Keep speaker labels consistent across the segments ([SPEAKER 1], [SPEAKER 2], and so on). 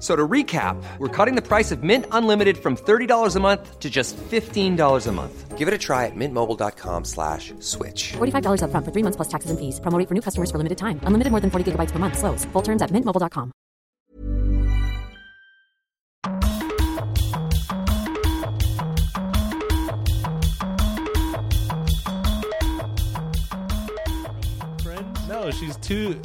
[SPEAKER 1] So to recap, we're cutting the price of Mint Unlimited from $30 a month to just $15 a month.
[SPEAKER 2] Give it a try at mintmobile.com slash switch.
[SPEAKER 3] $45 upfront for three months plus taxes and fees. Promo rate for new customers for limited time. Unlimited more than 40 gigabytes per month. Slows. Full terms at mintmobile.com.
[SPEAKER 4] friend? No, she's too.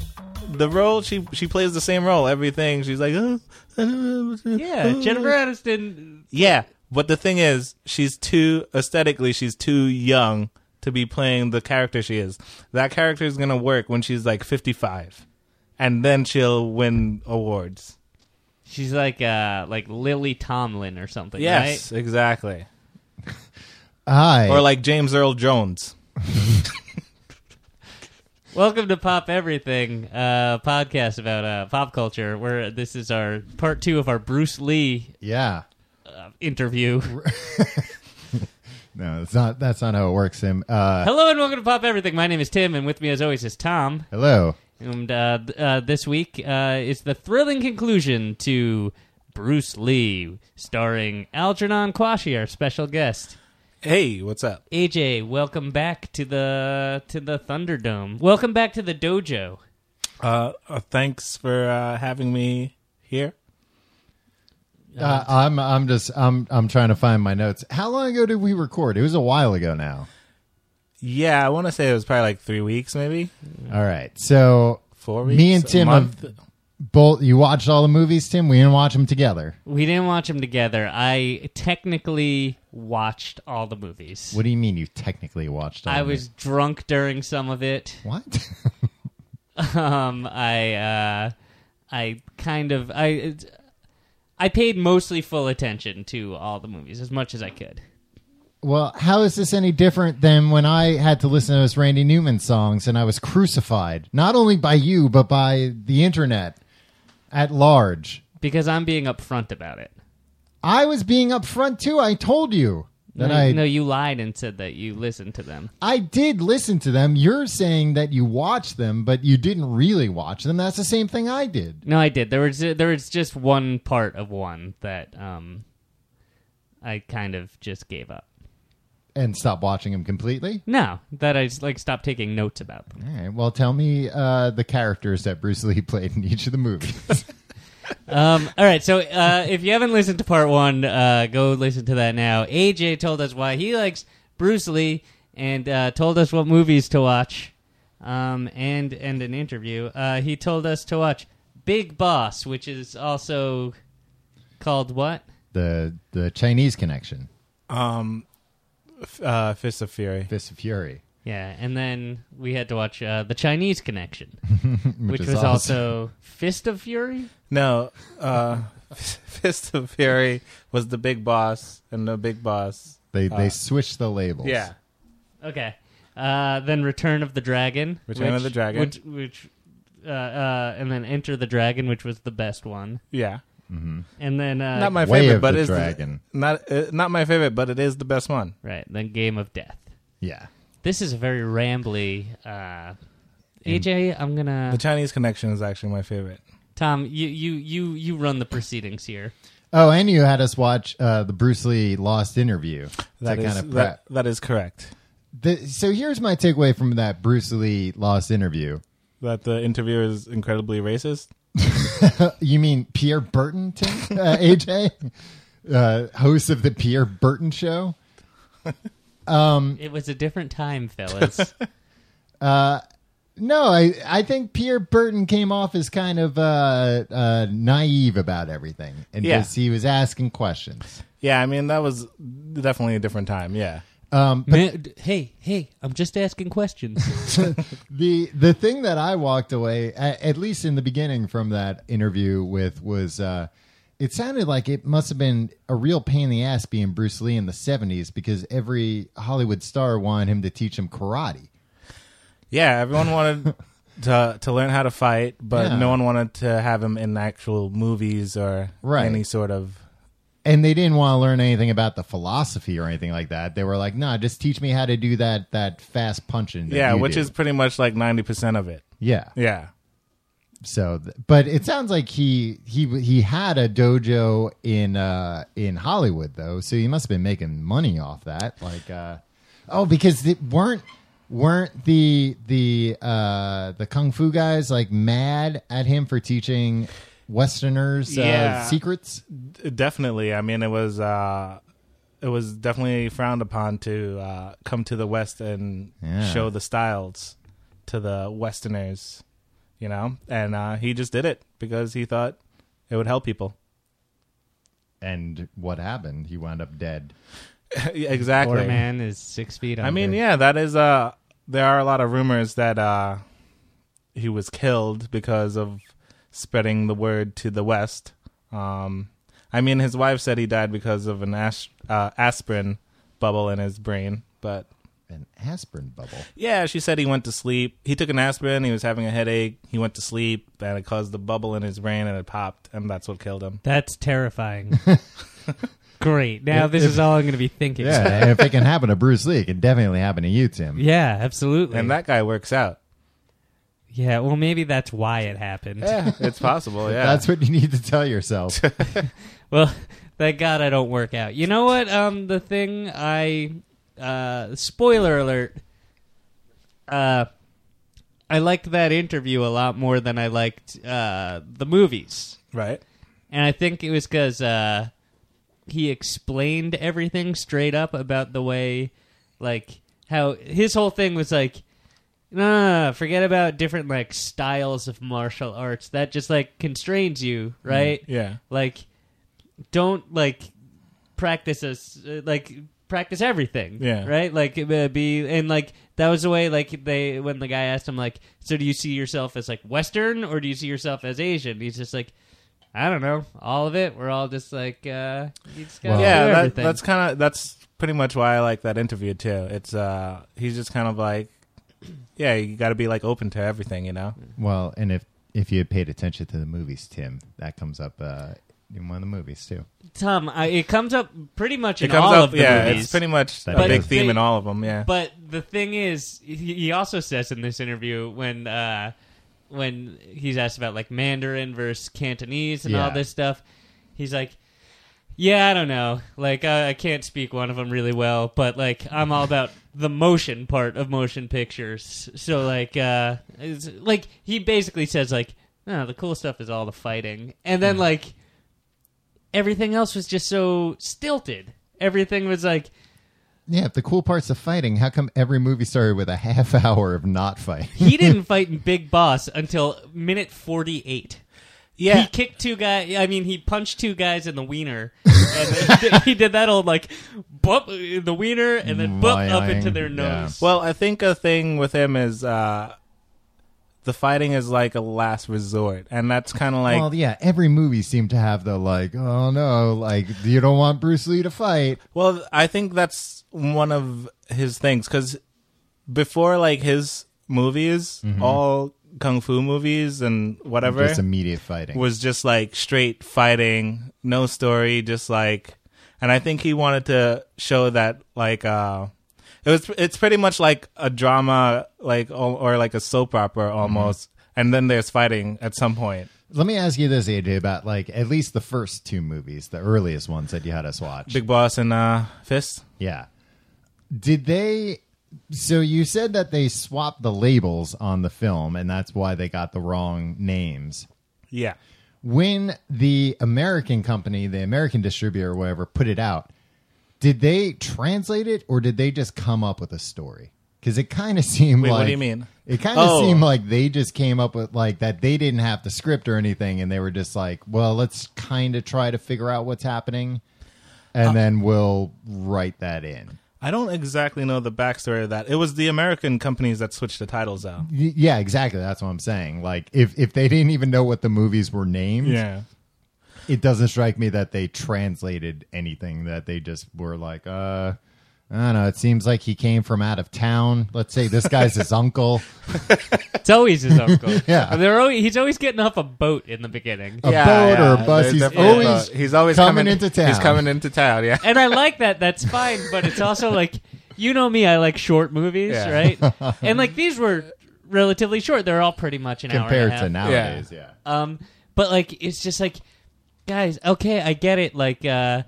[SPEAKER 4] The role she she plays the same role. Everything she's like, "Uh, uh, uh,
[SPEAKER 5] Yeah,
[SPEAKER 4] uh."
[SPEAKER 5] Jennifer Aniston.
[SPEAKER 4] Yeah, but the thing is, she's too aesthetically. She's too young to be playing the character she is. That character is gonna work when she's like fifty five, and then she'll win awards.
[SPEAKER 5] She's like uh like Lily Tomlin or something.
[SPEAKER 4] Yes,
[SPEAKER 5] right?
[SPEAKER 4] exactly.
[SPEAKER 6] Hi.
[SPEAKER 4] Or like James Earl Jones.
[SPEAKER 5] Welcome to Pop Everything, uh, podcast about uh, pop culture. Where this is our part two of our Bruce Lee
[SPEAKER 6] yeah.
[SPEAKER 5] interview.
[SPEAKER 6] No, it's not. That's not how it works, Sim. Uh,
[SPEAKER 5] Hello and welcome to Pop Everything. My name is Tim, and with me, as always, is Tom.
[SPEAKER 6] hello.
[SPEAKER 5] And uh, th- uh, this week uh, is the thrilling conclusion to Bruce Lee, starring Algernon Quashi, our special guest.
[SPEAKER 4] Hey, what's up?
[SPEAKER 5] AJ, welcome back to the to the Thunderdome. Welcome back to the dojo.
[SPEAKER 4] Uh, uh thanks for uh, having me here. Uh-huh.
[SPEAKER 6] Uh, I'm. I'm just. I'm. I'm trying to find my notes. How long ago did we record? It was a while ago now.
[SPEAKER 4] Yeah, I want to say it was probably like three weeks, maybe
[SPEAKER 6] All right. So
[SPEAKER 4] Mm. four weeks.
[SPEAKER 6] me and
[SPEAKER 4] a
[SPEAKER 6] Tim
[SPEAKER 4] month.
[SPEAKER 6] have both. You watched all the movies, Tim. We didn't watch them together.
[SPEAKER 5] We didn't watch them together. I technically watched all the movies.
[SPEAKER 6] What do you mean? You technically watched. all
[SPEAKER 5] I
[SPEAKER 6] of
[SPEAKER 5] was drunk during some of it.
[SPEAKER 6] them? What?
[SPEAKER 5] Um, I uh, I kind of I I paid mostly full attention to all the movies as much as I could.
[SPEAKER 6] well, how is this any different than when I had to listen to those Randy Newman songs and I was crucified not only by you but by the internet at large?
[SPEAKER 5] Because I'm being upfront about it.
[SPEAKER 6] I was being upfront too. I told you that
[SPEAKER 5] no,
[SPEAKER 6] I
[SPEAKER 5] no, you lied and said that you listened to them.
[SPEAKER 6] I did listen to them. You're saying that you watched them, but you didn't really watch them. That's the same thing I did.
[SPEAKER 5] No, I did. There was there was just one part of one that um, I kind of just gave up.
[SPEAKER 6] And stop watching them completely.
[SPEAKER 5] No, that I just, like stopped taking notes about them.
[SPEAKER 6] All right. Well, tell me uh, the characters that Bruce Lee played in each of the movies.
[SPEAKER 5] Um, all right, so uh, if you haven't listened to part one, uh, go listen to that now. AJ told us why he likes Bruce Lee and uh, told us what movies to watch, um, and and an interview. Uh, he told us to watch Big Boss, which is also called what?
[SPEAKER 6] the the Chinese connection,
[SPEAKER 4] um, f- uh, Fist of Fury.
[SPEAKER 6] Fist of Fury,
[SPEAKER 5] Yeah, and then we had to watch uh, The Chinese Connection, which,
[SPEAKER 6] is
[SPEAKER 5] was
[SPEAKER 6] awesome.
[SPEAKER 5] also Fist of Fury.
[SPEAKER 4] No, uh, Fist of Fury was the big boss, and the big boss.
[SPEAKER 6] they
[SPEAKER 5] uh,
[SPEAKER 6] they switched the labels.
[SPEAKER 4] Yeah,
[SPEAKER 5] Okay. Uh, then Return of the Dragon.
[SPEAKER 4] Return of the Dragon.
[SPEAKER 5] Which, which uh, uh, and then Enter the Dragon, which was the best one.
[SPEAKER 4] yeah.
[SPEAKER 5] And then uh,
[SPEAKER 4] Not my
[SPEAKER 6] Way
[SPEAKER 4] favorite,
[SPEAKER 6] of
[SPEAKER 4] but
[SPEAKER 6] the
[SPEAKER 4] it's
[SPEAKER 6] Dragon.
[SPEAKER 4] not uh, not my favorite, but it is the best one.
[SPEAKER 5] right. Then Game of Death.
[SPEAKER 6] yeah.
[SPEAKER 5] This is a very rambly. Uh, AJ, I'm
[SPEAKER 4] The
[SPEAKER 5] gonna
[SPEAKER 4] Chinese Connection is actually my favorite.
[SPEAKER 5] Tom. You you you you run the proceedings here.
[SPEAKER 6] Oh, and you had us watch uh, the Bruce Lee lost interview
[SPEAKER 4] That
[SPEAKER 6] to
[SPEAKER 4] is
[SPEAKER 6] kind of prep.
[SPEAKER 4] that, that is correct.
[SPEAKER 6] the, so here's my takeaway from that Bruce Lee Lost interview.
[SPEAKER 4] That the interviewer is incredibly racist.
[SPEAKER 6] you mean Pierre Burton, Tim? Uh, AJ, uh, host of the Pierre Burton Show? Um,
[SPEAKER 5] It was a different time, fellas.
[SPEAKER 6] Uh, no, I I think Pierre Burton came off as kind of uh, uh, naive about everything, and
[SPEAKER 4] Yeah.
[SPEAKER 6] just he was asking questions.
[SPEAKER 4] Yeah, I mean that was definitely a different time. Yeah.
[SPEAKER 6] Um, but
[SPEAKER 5] Man, d- hey, hey, I'm just asking questions.
[SPEAKER 6] the the thing that I walked away, at, at least in the beginning from that interview with, was uh, it sounded like it must have been a real pain in the ass being Bruce Lee in the seventies because every Hollywood star wanted him to teach him karate.
[SPEAKER 4] Yeah, everyone wanted to to learn how to fight, but
[SPEAKER 6] Yeah.
[SPEAKER 4] no one wanted to have him in actual movies or
[SPEAKER 6] Right.
[SPEAKER 4] any sort of
[SPEAKER 6] and they didn't want to learn anything about the philosophy or anything like that. They were like, "No, just teach me how to do that that fast punching." that
[SPEAKER 4] yeah,
[SPEAKER 6] you
[SPEAKER 4] which
[SPEAKER 6] do."
[SPEAKER 4] is pretty much like ninety percent of it.
[SPEAKER 6] yeah,
[SPEAKER 4] Yeah,
[SPEAKER 6] so th- but it sounds like he he he had a dojo in uh in hollywood though so he must have been making money off that like uh oh because it weren't weren't the the uh the kung fu guys like mad at him for teaching westerners uh,
[SPEAKER 4] Yeah.
[SPEAKER 6] secrets
[SPEAKER 4] D- definitely. I mean, it was uh, it was definitely frowned upon to uh, come to the West and
[SPEAKER 6] Yeah.
[SPEAKER 4] show the styles to the Westerners, you know. And uh, he just did it because he thought it would help people.
[SPEAKER 6] and what happened he wound up dead
[SPEAKER 4] Yeah, exactly.
[SPEAKER 5] Quarterman is six feet. Under.
[SPEAKER 4] I mean, yeah, that is uh there are a lot of rumors that uh he was killed because of spreading the word to the west. Um I mean, his wife said he died because of an as- uh, aspirin bubble in his brain, but
[SPEAKER 6] an aspirin bubble
[SPEAKER 4] yeah, she said he went to sleep. He took an aspirin, he was having a headache, he went to sleep, and it caused the bubble in his brain and it popped, and that's what killed him.
[SPEAKER 5] That's terrifying. Great. Now this is all I'm going to be thinking.
[SPEAKER 6] yeah if it can happen to bruce lee it can definitely happen to you tim
[SPEAKER 5] Yeah, absolutely.
[SPEAKER 4] And that guy works out.
[SPEAKER 5] yeah, well, maybe that's why it happened.
[SPEAKER 4] It's possible, yeah.
[SPEAKER 6] That's what you need to tell yourself.
[SPEAKER 5] Well, thank God I don't work out. You know what? Um, the thing I, uh, spoiler alert. Uh, I liked that interview a lot more than I liked uh, the movies,
[SPEAKER 4] right.
[SPEAKER 5] and I think it was because uh, he explained everything straight up about the way, like how his whole thing was like. Nah, forget about different like styles of martial arts. That just like constrains you, right?
[SPEAKER 4] Yeah.
[SPEAKER 5] like don't like practice us like practice everything
[SPEAKER 4] Yeah.
[SPEAKER 5] right like uh, be and like that was the way like they when the guy asked him like so do you see yourself as like western or do you see yourself as asian he's just like i don't know all of it we're all just like uh you just gotta
[SPEAKER 6] Well-
[SPEAKER 5] do
[SPEAKER 4] yeah, that,
[SPEAKER 5] everything.
[SPEAKER 4] that's kind of that's pretty much why I like that interview too. It's uh, he's just kind of like, yeah, you got to be like open to everything, you know.
[SPEAKER 6] well, and if if you had paid attention to the movies, Tim, that comes up uh, in one of the movies too.
[SPEAKER 5] tom I, it comes up pretty much in
[SPEAKER 4] it comes
[SPEAKER 5] all
[SPEAKER 4] up,
[SPEAKER 5] of the
[SPEAKER 4] yeah,
[SPEAKER 5] movies
[SPEAKER 4] it's pretty much
[SPEAKER 6] That
[SPEAKER 4] a
[SPEAKER 6] But
[SPEAKER 4] big
[SPEAKER 6] they-
[SPEAKER 4] theme in all of them, yeah.
[SPEAKER 5] But the thing is, he- he also says in this interview when uh, when he's asked about like Mandarin versus Cantonese and all
[SPEAKER 6] Yeah.
[SPEAKER 5] this stuff, he's like, "Yeah, I don't know. Like, I, I can't speak one of them really well, but like, I'm all about the motion part of motion pictures. So like, uh, it's, like he basically says like, no, the cool stuff is all the fighting, and then like." Everything else was just so stilted. Everything was like,
[SPEAKER 6] Yeah, if the cool part's the fighting, how come every movie started with a half hour of not fighting?
[SPEAKER 5] he didn't fight in Big Boss until minute 48.
[SPEAKER 4] yeah,
[SPEAKER 5] He kicked two guys. I mean, he punched two guys in the wiener, and then he, did, he did that old like, bump in the wiener, and then bump up into their
[SPEAKER 6] Yeah.
[SPEAKER 5] nose.
[SPEAKER 4] well, I think a thing with him is uh, the fighting is like a last resort, and that's kind of like
[SPEAKER 6] well, yeah, every movie seemed to have the like, oh no, like you don't want Bruce Lee to fight.
[SPEAKER 4] Well, I think that's one of his things because before, like his movies,
[SPEAKER 5] Mm-hmm.
[SPEAKER 4] all kung fu movies and whatever
[SPEAKER 6] Just immediate fighting.
[SPEAKER 4] was just like straight fighting, no story, just like. And I think he wanted to show that like uh, it was. It's pretty much like a drama, like or, or like a soap opera almost. And then there's fighting at some point.
[SPEAKER 6] Let me ask you this, AJ, about like at least the first two movies, the earliest ones that you had us watch.
[SPEAKER 4] Big Boss and uh, Fist.
[SPEAKER 6] Yeah. Did they So you said that they swapped the labels on the film, and that's why they got the wrong names.
[SPEAKER 4] Yeah.
[SPEAKER 6] When the American company, the American distributor or whatever, put it out, did they translate it or did they just come up with a story? Because it kind of seemed
[SPEAKER 4] Wait,
[SPEAKER 6] like
[SPEAKER 4] what do you mean?
[SPEAKER 6] It kind of
[SPEAKER 4] Oh.
[SPEAKER 6] seemed like they just came up with like that they didn't have the script or anything, and they were just like, "Well, let's kind of try to figure out what's happening, and
[SPEAKER 4] Uh,
[SPEAKER 6] then we'll write that in."
[SPEAKER 4] I don't exactly know the backstory of that. It was the American companies that switched the titles out.
[SPEAKER 6] Y- Yeah, exactly. That's what I'm saying. Like, if if they didn't even know what the movies were named,
[SPEAKER 4] Yeah.
[SPEAKER 6] it doesn't strike me that they translated anything. That they just were like, uh, I don't know. It seems like he came from out of town. Let's say this guy's his uncle.
[SPEAKER 5] It's always his uncle.
[SPEAKER 6] Yeah.
[SPEAKER 5] They're always, he's always getting off a boat in the beginning.
[SPEAKER 6] A boat or a bus. He's always
[SPEAKER 4] he's always
[SPEAKER 6] coming into town.
[SPEAKER 4] He's coming into town. Yeah.
[SPEAKER 5] and I like that. That's fine, but it's also like you know me. I like short movies,
[SPEAKER 4] Yeah.
[SPEAKER 5] right? And like these were relatively short. They're all pretty much an hour
[SPEAKER 6] compared
[SPEAKER 5] and a half.
[SPEAKER 6] to nowadays. Yeah.
[SPEAKER 5] Um, but like it's just like, guys, okay, I get it. Like, uh,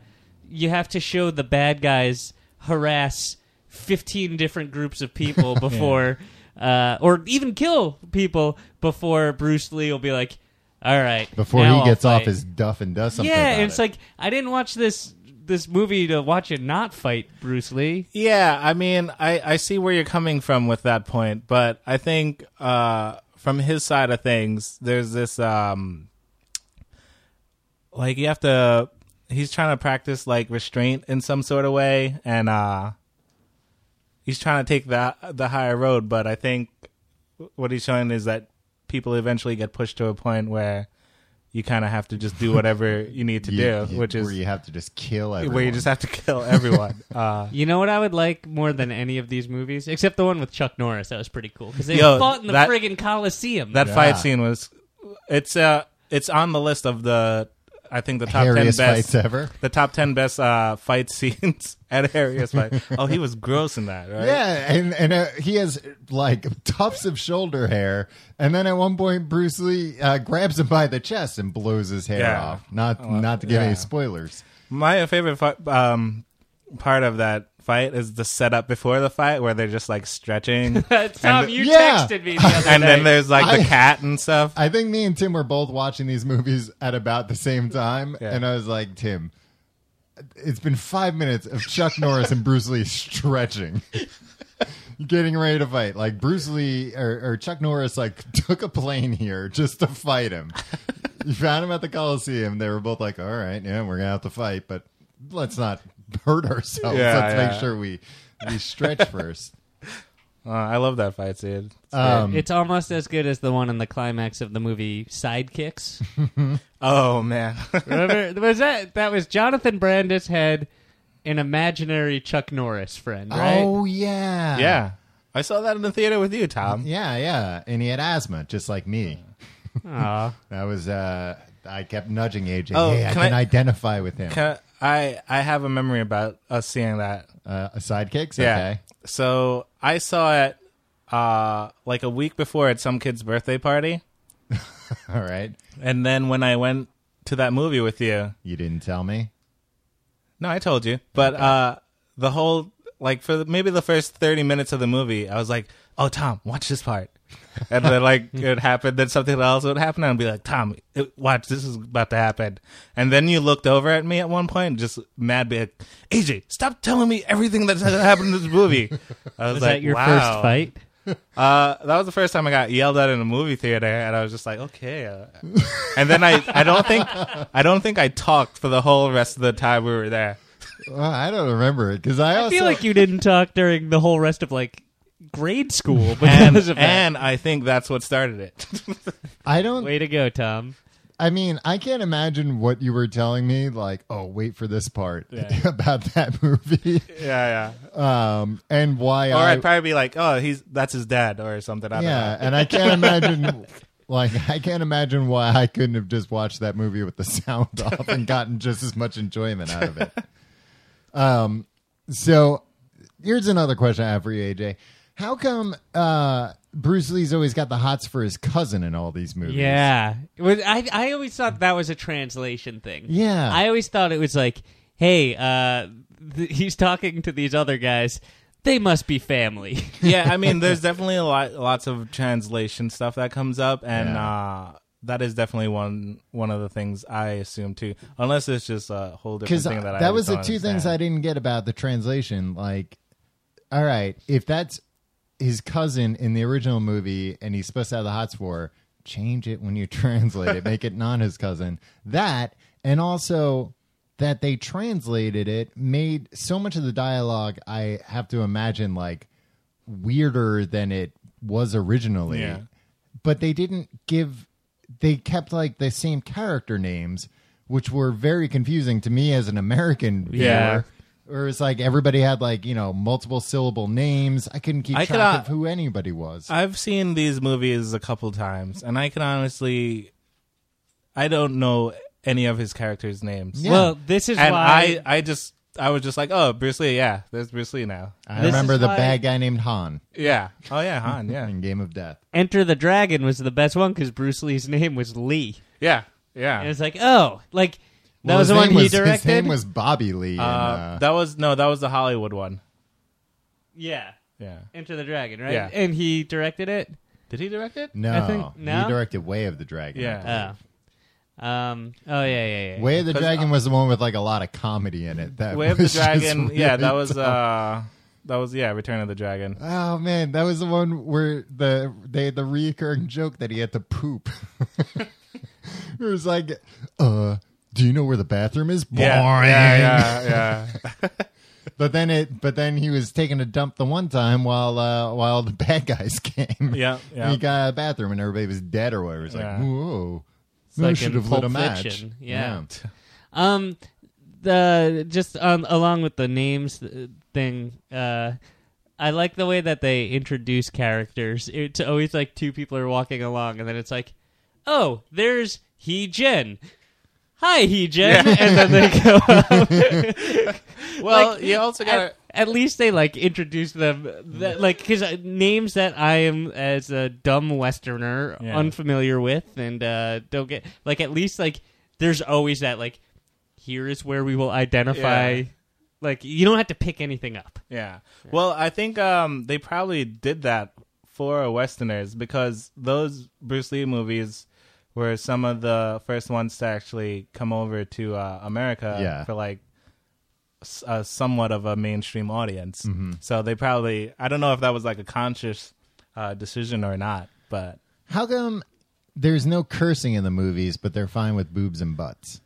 [SPEAKER 5] you have to show the bad guys harass fifteen different groups of people before, uh, or even kill people before Bruce Lee will be like, all right,
[SPEAKER 6] Before
[SPEAKER 5] now
[SPEAKER 6] he
[SPEAKER 5] I'll
[SPEAKER 6] gets off
[SPEAKER 5] fight."
[SPEAKER 6] his duff and does something.
[SPEAKER 5] yeah.
[SPEAKER 6] about
[SPEAKER 5] and it's
[SPEAKER 6] it.
[SPEAKER 5] like I didn't watch this this movie to watch it not fight Bruce Lee.
[SPEAKER 4] Yeah, I mean, I, I see where you're coming from with that point, but I think uh, from his side of things, there's this um, like you have to. He's trying to practice like restraint in some sort of way, and uh, he's trying to take the the higher road. But I think what he's showing is that people eventually get pushed to a point where you kind of have to just do whatever you need to
[SPEAKER 6] You-
[SPEAKER 4] do,
[SPEAKER 6] you-
[SPEAKER 4] which
[SPEAKER 6] where
[SPEAKER 4] is
[SPEAKER 6] you have to just kill everyone.
[SPEAKER 4] where you just have to kill everyone. Uh,
[SPEAKER 5] You know what I would like more than any of these movies, except the one with Chuck Norris. That was pretty cool because they
[SPEAKER 4] Yo,
[SPEAKER 5] fought in the
[SPEAKER 4] that-
[SPEAKER 5] friggin' Coliseum.
[SPEAKER 4] That
[SPEAKER 6] Yeah.
[SPEAKER 4] fight scene was it's uh it's on the list of the I think the top
[SPEAKER 6] Hairiest
[SPEAKER 4] ten best
[SPEAKER 6] fights ever.
[SPEAKER 4] the top ten best uh fight scenes at Harriest fight. Oh, he was gross in that, right?
[SPEAKER 6] Yeah, and and uh, he has like tufts of shoulder hair, and then at one point Bruce Lee uh, grabs him by the chest and blows his hair
[SPEAKER 4] Yeah.
[SPEAKER 6] off. Not not to give
[SPEAKER 4] yeah.
[SPEAKER 6] any spoilers.
[SPEAKER 4] My favorite fi- um part of that fight is the setup before the fight where they're just like stretching
[SPEAKER 5] Tom,
[SPEAKER 4] and,
[SPEAKER 5] you
[SPEAKER 6] Yeah.
[SPEAKER 5] texted me the other
[SPEAKER 4] and then
[SPEAKER 5] night.
[SPEAKER 4] there's like
[SPEAKER 6] I-
[SPEAKER 4] the cat and stuff.
[SPEAKER 6] I think me and Tim were both watching these movies at about the same time,
[SPEAKER 4] Yeah.
[SPEAKER 6] and I was like, Tim. It's been five minutes of Chuck Norris and Bruce Lee stretching, getting ready to fight. Like Bruce Lee or, or Chuck Norris, like took a plane here just to fight him. you found him at the Coliseum. They were both like, "All right, yeah, we're gonna have to fight, but let's not hurt ourselves.
[SPEAKER 4] Yeah,
[SPEAKER 6] let's
[SPEAKER 4] yeah.
[SPEAKER 6] make sure we we stretch first.
[SPEAKER 4] Uh, I love that fight scene.
[SPEAKER 6] Um,
[SPEAKER 5] it's almost as good as the one in the climax of the movie Sidekicks.
[SPEAKER 4] oh man.
[SPEAKER 5] Remember, was that that was Jonathan Brandis had an imaginary Chuck Norris friend, right?
[SPEAKER 6] Oh yeah,
[SPEAKER 4] yeah. I saw that in the theater with you, Tom.
[SPEAKER 6] yeah, yeah. And he had asthma, just like me.
[SPEAKER 5] Aw.
[SPEAKER 6] That was. uh I kept nudging AJ.
[SPEAKER 4] Oh,
[SPEAKER 6] hey, I
[SPEAKER 4] can
[SPEAKER 6] can
[SPEAKER 4] I-
[SPEAKER 6] identify with him.
[SPEAKER 4] Ca- I I have a memory about us seeing that
[SPEAKER 6] uh, sidekicks. Okay.
[SPEAKER 4] So I saw it uh, like a week before at some kid's birthday party,
[SPEAKER 6] All right.
[SPEAKER 4] and then when I went to that movie with you,
[SPEAKER 6] You didn't tell me.
[SPEAKER 4] no, I told you, but uh, the whole like for the, maybe the first thirty minutes of the movie, I was like, "Oh, Tom, watch this part." and then like it happened, then something else would happen, and I'd be like, "Tom, it, watch, this is about to happen." And then you looked over at me at one point, just mad, be like, "AJ, stop telling me everything that's happened in this movie." I was,
[SPEAKER 5] Was
[SPEAKER 4] like,
[SPEAKER 5] that your
[SPEAKER 4] "Wow."
[SPEAKER 5] first fight?
[SPEAKER 4] Uh, that was the first time I got yelled at in a movie theater, and I was just like, okay. uh, And then I, I don't think, I don't think I talked for the whole rest of the time we were there.
[SPEAKER 6] Well, I don't remember it because I,
[SPEAKER 5] I
[SPEAKER 6] also
[SPEAKER 5] feel like you didn't talk during the whole rest of like grade school
[SPEAKER 4] And,
[SPEAKER 5] because of that.
[SPEAKER 4] and I think that's what started it.
[SPEAKER 6] I don't.
[SPEAKER 5] Way to go, Tom.
[SPEAKER 6] I mean, I can't imagine what you were telling me. Like, oh, wait for this part about that movie,
[SPEAKER 4] yeah,
[SPEAKER 6] um, and why
[SPEAKER 4] yeah. Or
[SPEAKER 6] I.
[SPEAKER 4] I'd probably be like, oh, he's that's his dad or something. I don't
[SPEAKER 6] yeah,
[SPEAKER 4] know.
[SPEAKER 6] and I can't imagine. Like I can't imagine why I couldn't have just watched that movie with the sound off and gotten just as much enjoyment out of it. Um, so here's another question I have for you, AJ. How come uh, Bruce Lee's always got the hots for his cousin in all these movies?
[SPEAKER 5] Yeah. It was- I, I always thought that was a translation thing.
[SPEAKER 6] Yeah.
[SPEAKER 5] I always thought it was like, hey, uh, th- he's talking to these other guys. they must be family.
[SPEAKER 4] yeah, I mean, there's definitely a lot, lots of translation stuff that comes up, and uh, that is definitely one one of the things I assume too. Unless it's just a whole different
[SPEAKER 6] because
[SPEAKER 4] thing that I
[SPEAKER 6] that,
[SPEAKER 4] just
[SPEAKER 6] was the
[SPEAKER 4] don't
[SPEAKER 6] two things
[SPEAKER 4] understand.
[SPEAKER 6] I didn't get about the translation. Like, all right, if that's his cousin in the original movie and he's supposed to have the hots for, change it when you translate it, make it not his cousin. That and also that they translated it made so much of the dialogue I have to imagine like weirder than it was originally.
[SPEAKER 4] Yeah.
[SPEAKER 6] But they didn't give they kept like the same character names, which were very confusing to me as an American viewer.
[SPEAKER 4] Yeah.
[SPEAKER 6] Or it's like everybody had like, you know, multiple syllable names. I couldn't keep
[SPEAKER 4] I
[SPEAKER 6] track
[SPEAKER 4] cannot- Uh,
[SPEAKER 6] of who anybody was.
[SPEAKER 4] I've seen these movies a couple times, and I can honestly, I don't know any of his characters' names.
[SPEAKER 6] Yeah.
[SPEAKER 5] Well, this is
[SPEAKER 4] and
[SPEAKER 5] why
[SPEAKER 4] I, I just, I was just like, oh, Bruce Lee, yeah, there's Bruce Lee now.
[SPEAKER 6] I
[SPEAKER 5] This
[SPEAKER 6] remember
[SPEAKER 5] is
[SPEAKER 6] the
[SPEAKER 5] why-
[SPEAKER 6] bad guy named Han
[SPEAKER 4] Yeah. Oh yeah, Han. Yeah.
[SPEAKER 6] in Game of Death.
[SPEAKER 5] Enter the Dragon was the best one because Bruce Lee's name was Lee.
[SPEAKER 4] Yeah.
[SPEAKER 5] And
[SPEAKER 4] Yeah.
[SPEAKER 5] it's like, oh, like that
[SPEAKER 6] Well,
[SPEAKER 5] was
[SPEAKER 6] his
[SPEAKER 5] the one
[SPEAKER 6] name
[SPEAKER 5] he
[SPEAKER 6] was- His
[SPEAKER 5] directed.
[SPEAKER 6] name was Bobby Lee. in,
[SPEAKER 4] Uh,
[SPEAKER 6] uh,
[SPEAKER 4] that was no, that was the Hollywood one.
[SPEAKER 5] yeah,
[SPEAKER 4] Yeah.
[SPEAKER 5] Enter the Dragon, right?
[SPEAKER 4] Yeah.
[SPEAKER 5] And he directed it.
[SPEAKER 4] Did he direct it?
[SPEAKER 6] no,
[SPEAKER 5] I think- no?
[SPEAKER 6] he directed Way of the Dragon.
[SPEAKER 4] Yeah.
[SPEAKER 5] Oh, um, oh yeah, yeah, yeah.
[SPEAKER 6] Way of the
[SPEAKER 4] 'Cause,
[SPEAKER 6] Dragon was the one with like a lot of comedy in it.
[SPEAKER 5] Uh,
[SPEAKER 6] That
[SPEAKER 4] Way of the
[SPEAKER 6] was just
[SPEAKER 4] Dragon. yeah,
[SPEAKER 6] really
[SPEAKER 4] that was uh that was yeah, Return of the Dragon.
[SPEAKER 6] Oh man, that was the one where the they had the recurring joke that he had to poop. it was like, uh, do you know where the bathroom is?
[SPEAKER 4] Yeah,
[SPEAKER 6] Boring.
[SPEAKER 4] yeah, yeah, yeah.
[SPEAKER 6] But then it, but then he was taking a dump the one time while uh, while the bad guys came.
[SPEAKER 4] Yeah, yeah.
[SPEAKER 6] And he got out of the bathroom and everybody was dead or whatever. It's
[SPEAKER 4] Yeah.
[SPEAKER 6] like, whoa,
[SPEAKER 5] It's
[SPEAKER 6] I
[SPEAKER 5] like
[SPEAKER 6] should
[SPEAKER 5] in
[SPEAKER 6] have lit a
[SPEAKER 5] Pulp
[SPEAKER 6] match.
[SPEAKER 5] Fiction. Yeah. Um, the just um, along with the names uh, thing, uh, I like the way that they introduce characters. It's always like two people are walking along, and then it's like, oh, there's he Jen. Hi, he Jen, and then they go. out.
[SPEAKER 4] Well,
[SPEAKER 5] Like,
[SPEAKER 4] you also got
[SPEAKER 5] at, at least they like introduce them, that, like because names that I am as a dumb Westerner
[SPEAKER 4] Yeah.
[SPEAKER 5] unfamiliar with and uh, don't get. Like at least like there's always that like here is where we will identify.
[SPEAKER 4] Yeah.
[SPEAKER 5] Like you don't have to pick anything up.
[SPEAKER 4] Yeah. Well, I think um, they probably did that for Westerners because those Bruce Lee movies were some of the first ones to actually come over to uh, America
[SPEAKER 6] Yeah.
[SPEAKER 4] for like s- uh, somewhat of a mainstream audience.
[SPEAKER 6] Mm-hmm.
[SPEAKER 4] So they probably, I don't know if that was like a conscious uh, decision or not, but
[SPEAKER 6] How come there's no cursing in the movies, but they're fine with boobs and butts?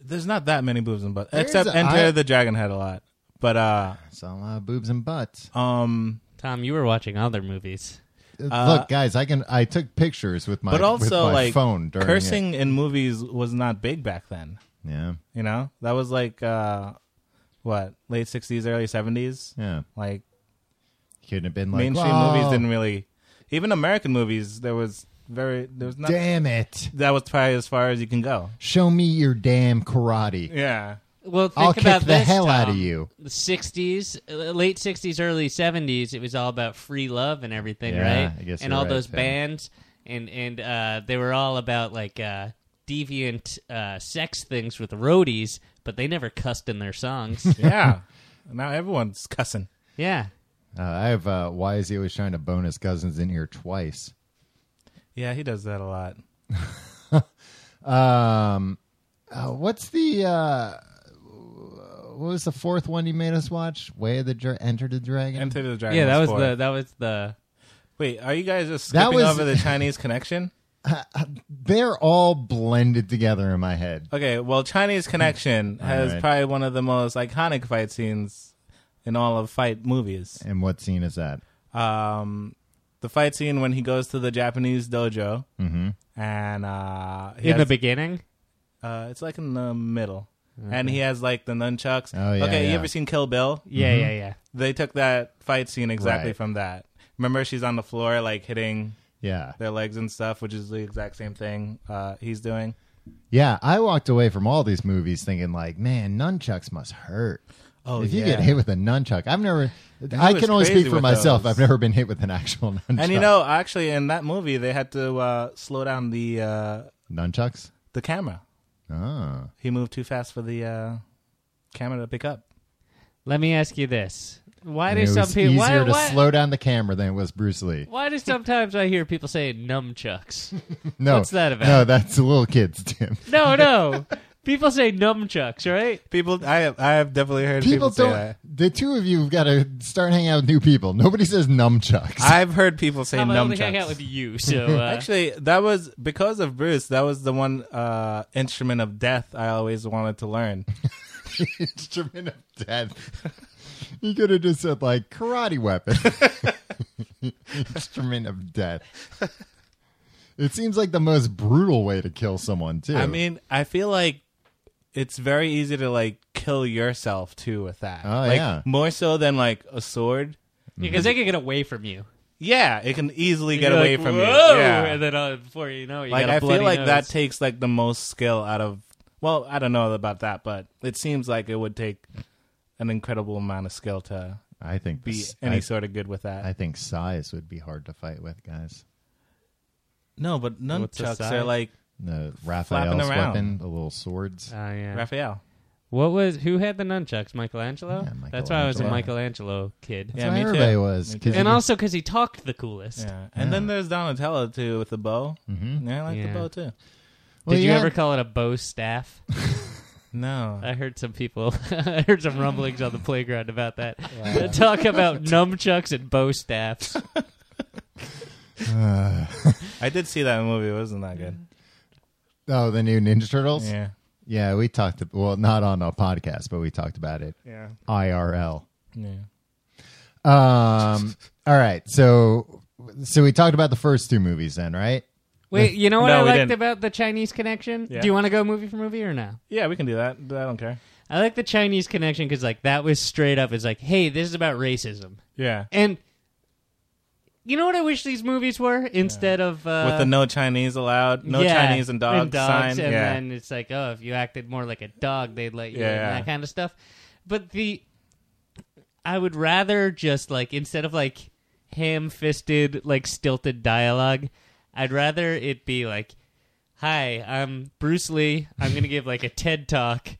[SPEAKER 4] there's not that many boobs and butts,
[SPEAKER 6] There's-
[SPEAKER 4] except Enter
[SPEAKER 6] I-
[SPEAKER 4] the Dragon Head a lot. But uh,
[SPEAKER 6] It's a lot of boobs and butts.
[SPEAKER 4] um,
[SPEAKER 5] Tom, you were watching other movies.
[SPEAKER 6] Look, guys, I can. I took pictures with my,
[SPEAKER 4] Uh, but
[SPEAKER 6] with
[SPEAKER 4] also
[SPEAKER 6] my
[SPEAKER 4] like
[SPEAKER 6] phone during it.
[SPEAKER 4] cursing in movies was not big back then.
[SPEAKER 6] Yeah,
[SPEAKER 4] You know, that was like uh, what late sixties, early seventies.
[SPEAKER 6] yeah.
[SPEAKER 4] Like
[SPEAKER 6] Couldn't have been like
[SPEAKER 4] mainstream
[SPEAKER 6] "Whoa,
[SPEAKER 4] movies didn't really, even American movies. There was very there was not.
[SPEAKER 6] "Oh, Damn it!
[SPEAKER 4] That was probably as far as you can go.
[SPEAKER 6] Show me your damn karate.
[SPEAKER 4] Yeah,
[SPEAKER 5] Well, think
[SPEAKER 6] I'll
[SPEAKER 5] about
[SPEAKER 6] kick the
[SPEAKER 5] this,
[SPEAKER 6] hell out of
[SPEAKER 5] Tom.
[SPEAKER 6] you.
[SPEAKER 5] The '60s, uh, late '60s, early '70s. It was all about free love and everything,
[SPEAKER 6] Yeah,
[SPEAKER 5] right?
[SPEAKER 6] I guess
[SPEAKER 5] and
[SPEAKER 6] you're
[SPEAKER 5] all
[SPEAKER 6] right,
[SPEAKER 5] those
[SPEAKER 6] Tim.
[SPEAKER 5] bands, and and uh, they were all about like uh, deviant uh, sex things with roadies, but they never cussed in their songs.
[SPEAKER 4] yeah. now everyone's cussing.
[SPEAKER 5] yeah,
[SPEAKER 6] Uh, I have. Uh, why is he always trying to bone his cousins in here twice?
[SPEAKER 4] Yeah, he does that a lot.
[SPEAKER 6] Um, uh, what's the uh, what was the fourth one you made us watch? Way of the Dra- Enter the Dragon.
[SPEAKER 4] Enter the Dragon.
[SPEAKER 5] yeah, that was
[SPEAKER 4] four.
[SPEAKER 5] the that was the
[SPEAKER 4] Wait, are you guys just
[SPEAKER 6] That
[SPEAKER 4] skipping
[SPEAKER 6] was-
[SPEAKER 4] over the Chinese connection?
[SPEAKER 6] They're all blended together in my head.
[SPEAKER 4] Okay, well, Chinese Connection has
[SPEAKER 6] right.
[SPEAKER 4] probably one of the most iconic fight scenes in all of fight movies.
[SPEAKER 6] And what scene is that?
[SPEAKER 4] Um, the fight scene when he goes to the Japanese dojo,
[SPEAKER 6] Mm-hmm.
[SPEAKER 4] and uh, he
[SPEAKER 5] in the
[SPEAKER 4] has-
[SPEAKER 5] beginning.
[SPEAKER 4] uh, it's like in the middle, and he has like the nunchucks.
[SPEAKER 6] Oh, yeah,
[SPEAKER 4] okay, you
[SPEAKER 6] yeah.
[SPEAKER 4] ever seen Kill Bill?
[SPEAKER 5] Yeah, yeah,
[SPEAKER 6] Mm-hmm.
[SPEAKER 5] yeah.
[SPEAKER 4] They took that fight scene exactly
[SPEAKER 6] Right.
[SPEAKER 4] from that. Remember, she's on the floor like hitting
[SPEAKER 6] Yeah,
[SPEAKER 4] their legs and stuff, which is the exact same thing uh, he's doing.
[SPEAKER 6] yeah. I walked away from all these movies thinking, like, man, nunchucks must hurt.
[SPEAKER 4] Oh,
[SPEAKER 6] if you
[SPEAKER 4] yeah.
[SPEAKER 6] get hit with a nunchuck, I've never. I
[SPEAKER 4] was
[SPEAKER 6] can only
[SPEAKER 4] crazy
[SPEAKER 6] speak for
[SPEAKER 4] with
[SPEAKER 6] myself.
[SPEAKER 4] those.
[SPEAKER 6] I've never been hit with an actual nunchuck.
[SPEAKER 4] And you know, actually, in that movie, they had to uh, slow down the uh,
[SPEAKER 6] nunchucks.
[SPEAKER 4] the camera.
[SPEAKER 6] Oh,
[SPEAKER 4] He moved too fast for the uh, camera to pick up.
[SPEAKER 5] Let me ask you this: Why
[SPEAKER 6] And
[SPEAKER 5] do
[SPEAKER 6] it
[SPEAKER 5] some
[SPEAKER 6] was
[SPEAKER 5] people?
[SPEAKER 6] easier
[SPEAKER 5] Why,
[SPEAKER 6] to
[SPEAKER 5] why,
[SPEAKER 6] slow down the camera than it was Bruce Lee?
[SPEAKER 5] why do sometimes I hear people say nunchucks?
[SPEAKER 6] No,
[SPEAKER 5] what's that about?
[SPEAKER 6] No, that's the little kids, Tim.
[SPEAKER 5] No, no. People say nunchucks, right?
[SPEAKER 4] People, I I have definitely heard people,
[SPEAKER 6] People
[SPEAKER 4] say
[SPEAKER 6] don't.
[SPEAKER 4] that.
[SPEAKER 6] The two of you have got to start hanging out with new people. Nobody says nunchucks.
[SPEAKER 4] I've heard people say
[SPEAKER 5] Tom, I only
[SPEAKER 4] nunchucks.
[SPEAKER 5] hang out with you, so uh,
[SPEAKER 4] Actually, that was because of Bruce. That was the one uh, instrument of death I always wanted to learn.
[SPEAKER 6] instrument of death. You could have just said like karate weapon. instrument of death. It seems like the most brutal way to kill someone too.
[SPEAKER 4] I mean, I feel like it's very easy to like kill yourself too with that.
[SPEAKER 6] Oh,
[SPEAKER 4] like,
[SPEAKER 6] yeah.
[SPEAKER 4] more so than like a sword.
[SPEAKER 5] because they can get away from you.
[SPEAKER 4] Yeah, it can easily mm-hmm. get
[SPEAKER 5] You're
[SPEAKER 4] away
[SPEAKER 5] like,
[SPEAKER 4] from
[SPEAKER 5] Whoa!
[SPEAKER 4] you. Yeah.
[SPEAKER 5] And then uh, before you know, it, you
[SPEAKER 4] like
[SPEAKER 5] got a
[SPEAKER 4] I
[SPEAKER 5] bloody
[SPEAKER 4] feel like
[SPEAKER 5] nose.
[SPEAKER 4] that takes like the most skill out of. Well, I don't know about that, but it seems like it would take an incredible amount of skill to
[SPEAKER 6] I think
[SPEAKER 4] be
[SPEAKER 6] this-
[SPEAKER 4] any
[SPEAKER 6] I,
[SPEAKER 4] sort of good with that.
[SPEAKER 6] I think size would be hard to fight with, guys.
[SPEAKER 4] no, but
[SPEAKER 5] What's a
[SPEAKER 4] nunchucks
[SPEAKER 5] side?
[SPEAKER 4] are like
[SPEAKER 6] The Raphael's
[SPEAKER 4] around. Uh,
[SPEAKER 6] weapon, the little swords.
[SPEAKER 5] Oh yeah.
[SPEAKER 4] Raphael.
[SPEAKER 5] What was who had the nunchucks? Michelangelo.
[SPEAKER 6] Yeah,
[SPEAKER 5] That's why I was a
[SPEAKER 6] Michelangelo.
[SPEAKER 5] Michelangelo kid.
[SPEAKER 4] Yeah,
[SPEAKER 6] That's
[SPEAKER 4] me
[SPEAKER 6] what
[SPEAKER 4] too.
[SPEAKER 6] everybody was.
[SPEAKER 4] Me
[SPEAKER 6] 'cause
[SPEAKER 5] And
[SPEAKER 6] you-
[SPEAKER 5] also because he talked the coolest.
[SPEAKER 4] Yeah, and then there's Donatello too with the bow. Mm-hmm. Yeah, I like
[SPEAKER 5] Yeah.
[SPEAKER 4] the bow too.
[SPEAKER 6] well,
[SPEAKER 5] Did you
[SPEAKER 6] yeah.
[SPEAKER 5] ever call it a bow staff?
[SPEAKER 4] No,
[SPEAKER 5] I heard some people. I heard some rumblings on the playground about that. Talk about nunchucks and bow staffs.
[SPEAKER 4] I did see that movie. It wasn't that good.
[SPEAKER 6] Oh, the new Ninja Turtles.
[SPEAKER 4] Yeah,
[SPEAKER 6] Yeah, we talked. Well, not on a podcast, but we talked about it.
[SPEAKER 4] yeah,
[SPEAKER 6] IRL.
[SPEAKER 4] yeah.
[SPEAKER 6] Um. all right. So, so we talked about the first two movies, then, right?
[SPEAKER 5] Wait, you know what
[SPEAKER 4] No,
[SPEAKER 5] I
[SPEAKER 4] we
[SPEAKER 5] liked
[SPEAKER 4] didn't.
[SPEAKER 5] about the Chinese connection?
[SPEAKER 4] Yeah.
[SPEAKER 5] Do you want to go movie for movie or no?
[SPEAKER 4] Yeah, we can do that. I don't care.
[SPEAKER 5] I like the Chinese connection because like that was straight up. It's like, hey, this is about racism,
[SPEAKER 4] Yeah,
[SPEAKER 5] and you know what I wish these movies were instead of uh,
[SPEAKER 4] with the no Chinese allowed, no
[SPEAKER 5] yeah,
[SPEAKER 4] Chinese and dog
[SPEAKER 5] dogs,
[SPEAKER 4] sign.
[SPEAKER 5] and
[SPEAKER 4] yeah,
[SPEAKER 5] then it's like, oh, if you acted more like a dog, they'd let you in,
[SPEAKER 4] Yeah.
[SPEAKER 5] that kind of stuff. But the I would rather just like instead of like ham-fisted, like stilted dialogue, I'd rather it be like, "Hi, I'm Bruce Lee. I'm gonna give like a TED talk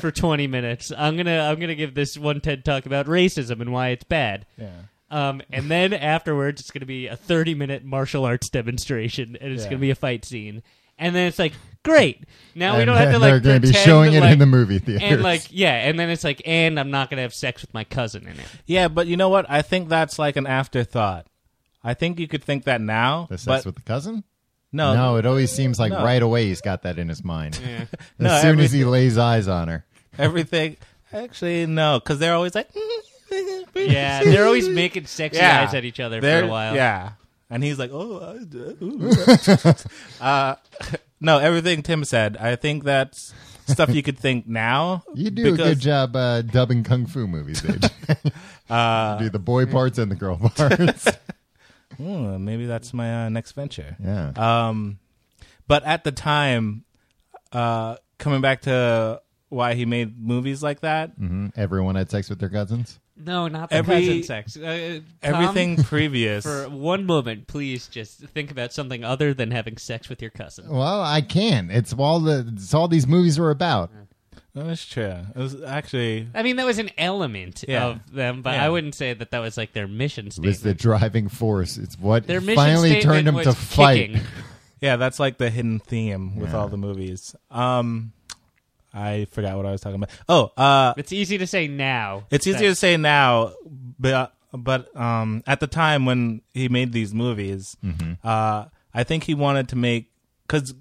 [SPEAKER 5] for 20 minutes. I'm gonna I'm gonna give this one TED talk about racism and why it's bad."
[SPEAKER 4] yeah.
[SPEAKER 5] Um, and then afterwards, it's going to be a 30 minute martial arts demonstration, and it's
[SPEAKER 4] Yeah.
[SPEAKER 5] going to be a fight scene. And then it's like, great. Now we
[SPEAKER 6] And
[SPEAKER 5] don't have to
[SPEAKER 6] then
[SPEAKER 5] like.
[SPEAKER 6] they're gonna be
[SPEAKER 5] pretend
[SPEAKER 6] showing
[SPEAKER 5] that,
[SPEAKER 6] it in
[SPEAKER 5] like-
[SPEAKER 6] the movie theaters.
[SPEAKER 5] And like, yeah, and then it's like, and I'm not going to have sex with my cousin in it.
[SPEAKER 4] Yeah, but you know what? I think that's like an afterthought. I think you could think that now,
[SPEAKER 6] The sex
[SPEAKER 4] but
[SPEAKER 6] with the cousin?
[SPEAKER 4] no,
[SPEAKER 6] no, it always seems like
[SPEAKER 4] no.
[SPEAKER 6] right away he's got that in his mind. as
[SPEAKER 4] No,
[SPEAKER 6] soon as he lays eyes on her.
[SPEAKER 4] everything. Actually, no, because they're always like,
[SPEAKER 5] Yeah, they're always making sexy
[SPEAKER 4] yeah.
[SPEAKER 5] eyes at each other
[SPEAKER 4] They're-
[SPEAKER 5] for a while.
[SPEAKER 4] Yeah, and he's like, oh, I- ooh. uh, no, everything Tim said. I think that's stuff you could think now.
[SPEAKER 6] You do
[SPEAKER 4] because,
[SPEAKER 6] a good job uh, dubbing kung fu movies, Age.
[SPEAKER 4] Uh,
[SPEAKER 6] you do the boy parts and the girl parts.
[SPEAKER 4] Um, "Hmm, maybe that's my uh, next venture.
[SPEAKER 6] yeah.
[SPEAKER 4] Um, but at the time, uh, coming back to why he made movies like that,
[SPEAKER 6] Mhm. Everyone had sex with their cousins.
[SPEAKER 5] No, not the
[SPEAKER 4] Every-
[SPEAKER 5] cousin sex. Uh, Tom,
[SPEAKER 4] everything previous.
[SPEAKER 5] For one moment, please just think about something other than having sex with your cousin.
[SPEAKER 6] Well, I can. It's all the it's all these movies were about.
[SPEAKER 4] That is true. It was actually
[SPEAKER 5] I mean, that was an element
[SPEAKER 4] Yeah.
[SPEAKER 5] of them, but
[SPEAKER 4] Yeah.
[SPEAKER 5] I wouldn't say that that was like their mission
[SPEAKER 6] It
[SPEAKER 5] statement.
[SPEAKER 6] was the driving force. It's what
[SPEAKER 5] their mission
[SPEAKER 6] finally
[SPEAKER 5] statement
[SPEAKER 6] turned him
[SPEAKER 5] was
[SPEAKER 6] to fight.
[SPEAKER 5] kicking.
[SPEAKER 4] yeah. That's like the hidden theme with all the movies. Um, I forgot what I was talking about. Oh, uh,
[SPEAKER 5] It's easy to say now.
[SPEAKER 4] it's easier to say now, but but um, at the time when he made these movies, uh, I think he wanted to make because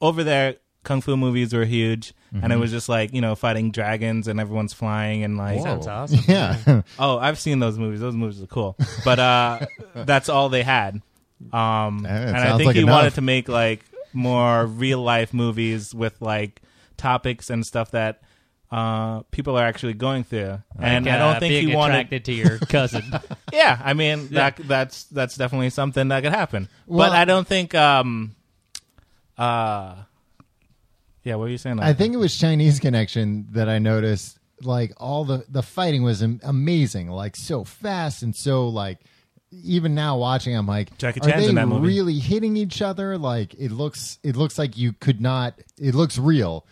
[SPEAKER 4] over there kung fu movies were huge, and it was just like you know fighting dragons and everyone's flying and like
[SPEAKER 5] Sounds awesome.
[SPEAKER 6] Yeah.
[SPEAKER 4] Oh, I've seen those movies. Those movies are cool. But uh, that's all they had. Um,
[SPEAKER 6] Yeah, it
[SPEAKER 4] and I
[SPEAKER 6] sounds
[SPEAKER 4] think
[SPEAKER 6] like
[SPEAKER 4] he
[SPEAKER 6] enough.
[SPEAKER 4] wanted to make like more real life movies with like topics and stuff that uh, people are actually going through. and
[SPEAKER 5] Like,
[SPEAKER 4] I don't
[SPEAKER 5] uh,
[SPEAKER 4] think
[SPEAKER 5] being
[SPEAKER 4] he wanted.
[SPEAKER 5] attracted to your cousin.
[SPEAKER 4] Yeah, I mean that that's that's definitely something that could happen.
[SPEAKER 6] Well-
[SPEAKER 4] but I don't think. Um, uh, yeah, what were you saying?
[SPEAKER 6] I think it was Chinese connection that I noticed. Like all the the fighting was am- amazing, like so fast and so like. Even now, watching, I'm like,
[SPEAKER 4] Jackie
[SPEAKER 6] are
[SPEAKER 4] Chan's
[SPEAKER 6] they
[SPEAKER 4] in that movie.
[SPEAKER 6] really hitting each other? Like it looks, it looks like you could not. It looks real,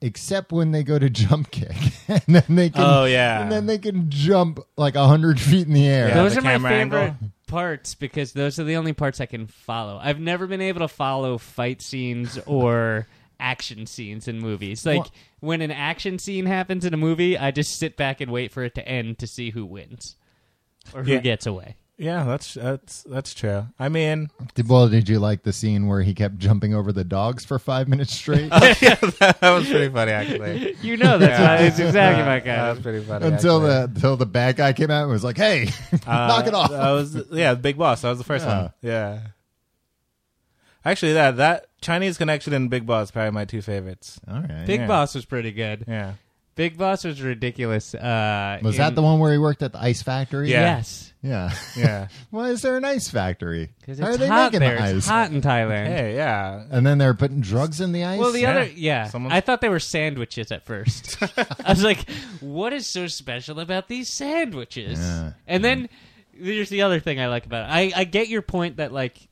[SPEAKER 6] except when they go to jump kick, and then they can.
[SPEAKER 4] Oh, yeah.
[SPEAKER 6] and then they can jump like hundred feet in the air.
[SPEAKER 5] those are my favorite parts because those are the only parts I can follow. I've never been able to follow fight scenes or action scenes in movies. Like
[SPEAKER 6] Well-
[SPEAKER 5] when an action scene happens in a movie, I just sit back and wait for it to end to see who wins or who
[SPEAKER 4] Yeah.
[SPEAKER 5] gets away.
[SPEAKER 4] Yeah, that's that's that's true. I mean,
[SPEAKER 6] Did- Well, did you like the scene where he kept jumping over the dogs for five minutes straight
[SPEAKER 4] yeah, that was pretty funny actually.
[SPEAKER 5] You know that's
[SPEAKER 4] Yeah.
[SPEAKER 5] why it's exactly
[SPEAKER 4] Uh,
[SPEAKER 5] my
[SPEAKER 4] That
[SPEAKER 5] kind.
[SPEAKER 4] was pretty funny
[SPEAKER 6] until
[SPEAKER 4] actually. Uh, oh,
[SPEAKER 6] the until the bad guy came out and was like, "Hey, knock it off."
[SPEAKER 4] That was yeah, Big Boss. That was the first
[SPEAKER 6] Yeah.
[SPEAKER 4] one. Yeah. Actually, that that Chinese connection and Big Boss probably my two favorites.
[SPEAKER 6] All right.
[SPEAKER 5] Big
[SPEAKER 4] Yeah.
[SPEAKER 5] Boss was pretty good.
[SPEAKER 4] Yeah.
[SPEAKER 5] Big Boss was ridiculous. Uh,
[SPEAKER 6] was that
[SPEAKER 5] in-
[SPEAKER 6] the one where he worked at the ice factory?
[SPEAKER 4] Yeah.
[SPEAKER 5] Yes,
[SPEAKER 6] Yeah.
[SPEAKER 4] Yeah.
[SPEAKER 6] Why is there an ice factory?
[SPEAKER 5] because
[SPEAKER 6] How
[SPEAKER 5] it's
[SPEAKER 6] are they
[SPEAKER 5] hot
[SPEAKER 6] making
[SPEAKER 5] there.
[SPEAKER 6] the
[SPEAKER 5] It's
[SPEAKER 6] ice?
[SPEAKER 5] hot in Thailand.
[SPEAKER 4] hey, yeah.
[SPEAKER 6] And then they're putting drugs in the ice.
[SPEAKER 5] Well, the
[SPEAKER 4] Yeah.
[SPEAKER 5] other, yeah,
[SPEAKER 4] Someone-
[SPEAKER 5] I thought they were sandwiches at first. I was like, "What is so special about these sandwiches?"
[SPEAKER 6] Yeah,
[SPEAKER 5] and then there's the other thing I like about it. I, I get your point that like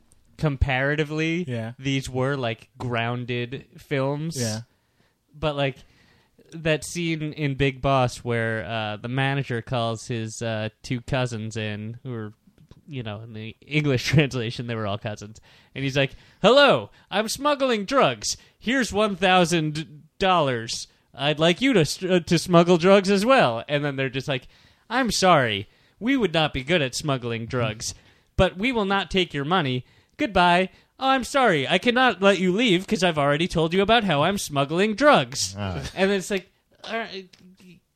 [SPEAKER 5] comparatively,
[SPEAKER 4] Yeah.
[SPEAKER 5] these were like grounded films.
[SPEAKER 4] Yeah.
[SPEAKER 5] but like that scene in Big Boss where uh, the manager calls his uh, two cousins in, who are, you know, in the English translation, they were all cousins, and he's like, "Hello, I'm smuggling drugs. Here's one thousand dollars. I'd like you to st- uh, to smuggle drugs as well." And then they're just like, "I'm sorry, we would not be good at smuggling drugs, but we will not take your money. Goodbye." Oh, I'm sorry. I cannot let you leave because I've already told you about how I'm smuggling drugs.
[SPEAKER 4] Ah.
[SPEAKER 5] And it's like, all right,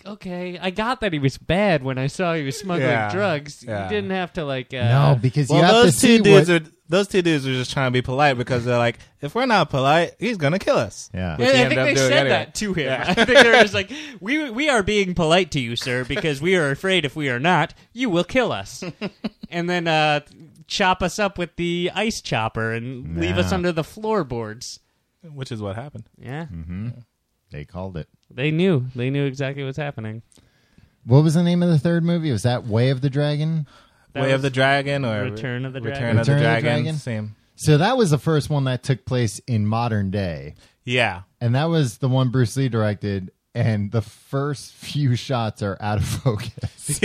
[SPEAKER 5] okay, I got that he was bad when I saw he was smuggling
[SPEAKER 4] Yeah,
[SPEAKER 5] drugs.
[SPEAKER 4] yeah.
[SPEAKER 5] You didn't have to like. Uh,
[SPEAKER 6] no, because you
[SPEAKER 4] Well,
[SPEAKER 6] have
[SPEAKER 4] those
[SPEAKER 6] to see
[SPEAKER 4] two dudes
[SPEAKER 6] what-
[SPEAKER 4] are those two dudes are just trying to be polite because they're like, if we're not polite, he's gonna kill us.
[SPEAKER 6] Yeah.
[SPEAKER 4] Which
[SPEAKER 5] And
[SPEAKER 4] he
[SPEAKER 5] I
[SPEAKER 4] ended
[SPEAKER 5] think
[SPEAKER 4] up
[SPEAKER 5] they
[SPEAKER 4] doing
[SPEAKER 5] said
[SPEAKER 4] anyway.
[SPEAKER 5] that to him. I think they were just like, "We we are being polite to you, sir, because we are afraid if we are not, you will kill us, and then uh, chop us up with the ice chopper and leave us
[SPEAKER 6] Nah.
[SPEAKER 5] under the floorboards."
[SPEAKER 4] Which is what happened.
[SPEAKER 5] Yeah,
[SPEAKER 6] they called it.
[SPEAKER 5] they knew. They knew exactly what's happening.
[SPEAKER 6] What was the name of the third movie? Was that Way of the Dragon?
[SPEAKER 5] That
[SPEAKER 4] Way of
[SPEAKER 5] was
[SPEAKER 4] the Dragon or
[SPEAKER 5] Return of the
[SPEAKER 4] Return
[SPEAKER 5] Dragon.
[SPEAKER 4] of the
[SPEAKER 6] Return of the
[SPEAKER 4] Dragon.
[SPEAKER 6] Dragon?
[SPEAKER 4] Same.
[SPEAKER 6] So that was the first one that took place in modern day.
[SPEAKER 4] Yeah.
[SPEAKER 6] And that was the one Bruce Lee directed, and the first few shots are out of focus.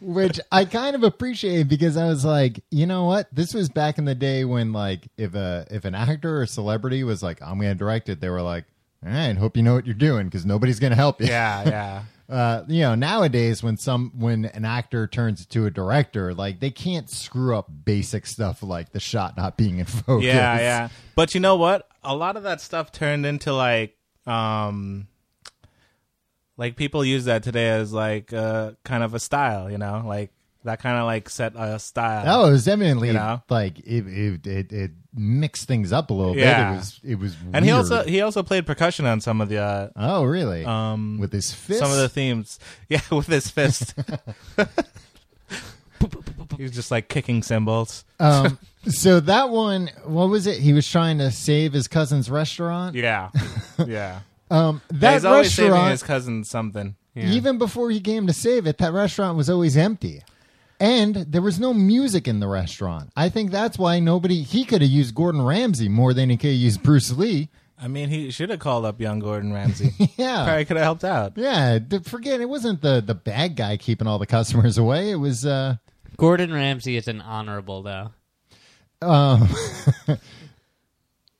[SPEAKER 6] Which I kind of appreciated because I was like, you know what? This was back in the day when like if a if an actor or celebrity was like, I'm gonna direct it, they were like, All right, hope you know what you're doing because nobody's gonna help you.
[SPEAKER 4] Yeah, yeah.
[SPEAKER 6] Uh, you know, nowadays when some when an actor turns to a director, like they can't screw up basic stuff like the shot not being in focus.
[SPEAKER 4] Yeah, yeah. But you know what? A lot of that stuff turned into like um like people use that today as like uh kind of a style, you know? Like that kind of like set a style.
[SPEAKER 6] Oh, it was eminently
[SPEAKER 4] You know?
[SPEAKER 6] like it it, it it mixed things up a little
[SPEAKER 4] Yeah.
[SPEAKER 6] bit. It was it was weird.
[SPEAKER 4] and he also he also played percussion on some of the uh
[SPEAKER 6] oh really um with his fist
[SPEAKER 4] some of the themes. Yeah, with his fist. He's just like kicking cymbals.
[SPEAKER 6] um so that one what was it he was trying to save his cousin's restaurant
[SPEAKER 4] Yeah. Yeah.
[SPEAKER 6] um
[SPEAKER 4] Yeah,
[SPEAKER 6] that
[SPEAKER 4] He's always saving
[SPEAKER 6] restaurant
[SPEAKER 4] his cousin something.
[SPEAKER 6] even before he came to save it that restaurant was always empty and there was no music in the restaurant I think that's why nobody he could have used Gordon Ramsay more than he could have used Bruce Lee
[SPEAKER 4] I mean, he should have called up young Gordon Ramsay.
[SPEAKER 6] yeah
[SPEAKER 4] Probably could have helped out.
[SPEAKER 6] Yeah, d- forget it wasn't the the bad guy keeping all the customers away. It was uh
[SPEAKER 5] Gordon Ramsay is an honorable though.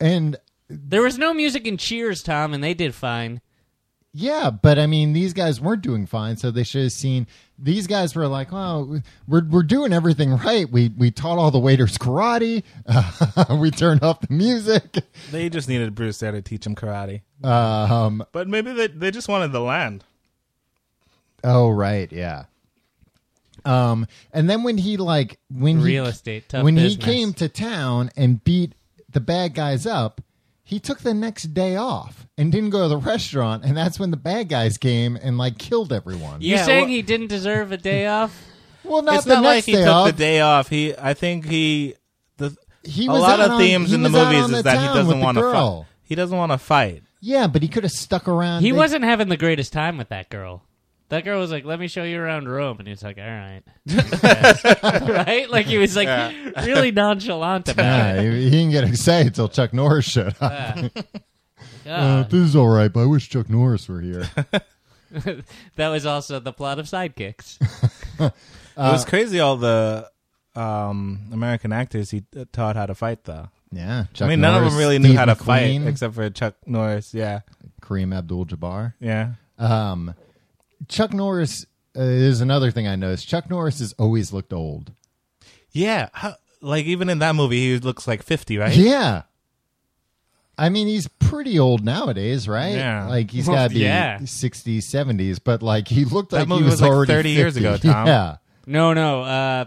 [SPEAKER 6] and
[SPEAKER 5] There was no music in Cheers, Tom, and they did fine.
[SPEAKER 6] yeah, but I mean these guys weren't doing fine, so they should have seen these guys were like, "Well, we're we're doing everything right. We we taught all the waiters karate. we turned off the music."
[SPEAKER 4] They just needed Bruce there to teach him karate.
[SPEAKER 6] Um
[SPEAKER 4] But maybe they, they just wanted the land.
[SPEAKER 6] oh right, yeah. Um and then when he like when
[SPEAKER 5] Real
[SPEAKER 6] he,
[SPEAKER 5] estate, tough
[SPEAKER 6] when he
[SPEAKER 5] business.
[SPEAKER 6] came to town and beat the bad guys up, he took the next day off and didn't go to the restaurant. And that's when the bad guys came and like killed everyone.
[SPEAKER 5] You
[SPEAKER 4] Yeah,
[SPEAKER 5] saying
[SPEAKER 4] well-
[SPEAKER 5] he didn't deserve a day off?
[SPEAKER 6] Well, not
[SPEAKER 4] it's
[SPEAKER 6] the
[SPEAKER 4] not like
[SPEAKER 6] next
[SPEAKER 4] he
[SPEAKER 6] day
[SPEAKER 4] took
[SPEAKER 6] off.
[SPEAKER 4] the day off. He, I think he, the
[SPEAKER 6] He
[SPEAKER 4] a
[SPEAKER 6] was
[SPEAKER 4] lot
[SPEAKER 6] out
[SPEAKER 4] of
[SPEAKER 6] on-
[SPEAKER 4] themes
[SPEAKER 6] he
[SPEAKER 4] in the
[SPEAKER 6] was out
[SPEAKER 4] movies
[SPEAKER 6] on
[SPEAKER 4] is
[SPEAKER 6] the
[SPEAKER 4] that
[SPEAKER 6] town
[SPEAKER 4] he
[SPEAKER 6] with
[SPEAKER 4] doesn't
[SPEAKER 6] the
[SPEAKER 4] want to fight.
[SPEAKER 6] girl.
[SPEAKER 4] He doesn't want to fight.
[SPEAKER 6] Yeah, but he could have stuck around.
[SPEAKER 5] He
[SPEAKER 6] They-
[SPEAKER 5] wasn't having the greatest time with that girl. That girl was like, "Let me show you around Rome," and he was like, "All right, right?" Like he was like really nonchalant about it.
[SPEAKER 6] Yeah, he, he didn't get excited till Chuck Norris showed up.
[SPEAKER 5] Like,
[SPEAKER 6] uh, this is all right, but I wish Chuck Norris were here.
[SPEAKER 5] that was also the plot of Sidekicks.
[SPEAKER 4] it
[SPEAKER 6] Uh,
[SPEAKER 4] was crazy all the um, American actors he uh, taught how to fight though.
[SPEAKER 6] Yeah,
[SPEAKER 4] I
[SPEAKER 6] Chuck
[SPEAKER 4] mean none of
[SPEAKER 6] Norris,
[SPEAKER 4] them really knew
[SPEAKER 6] Steve
[SPEAKER 4] how to
[SPEAKER 6] McQueen.
[SPEAKER 4] fight except for Chuck Norris. Yeah,
[SPEAKER 6] Kareem Abdul-Jabbar.
[SPEAKER 4] yeah.
[SPEAKER 6] Um, Chuck Norris uh, is another thing I noticed. Chuck Norris has always looked old.
[SPEAKER 4] Yeah, how, like even in that movie, he looks like fifty, right?
[SPEAKER 6] Yeah. I mean, he's pretty old nowadays, right?
[SPEAKER 4] Yeah.
[SPEAKER 6] Like he's got to be
[SPEAKER 5] Yeah.
[SPEAKER 6] 60s, 70s, but like he looked
[SPEAKER 4] That
[SPEAKER 6] like
[SPEAKER 4] movie
[SPEAKER 6] he was,
[SPEAKER 4] was, like,
[SPEAKER 6] already
[SPEAKER 4] 30 years
[SPEAKER 6] 50.
[SPEAKER 4] ago, Tom.
[SPEAKER 6] Yeah.
[SPEAKER 5] No, no. Uh,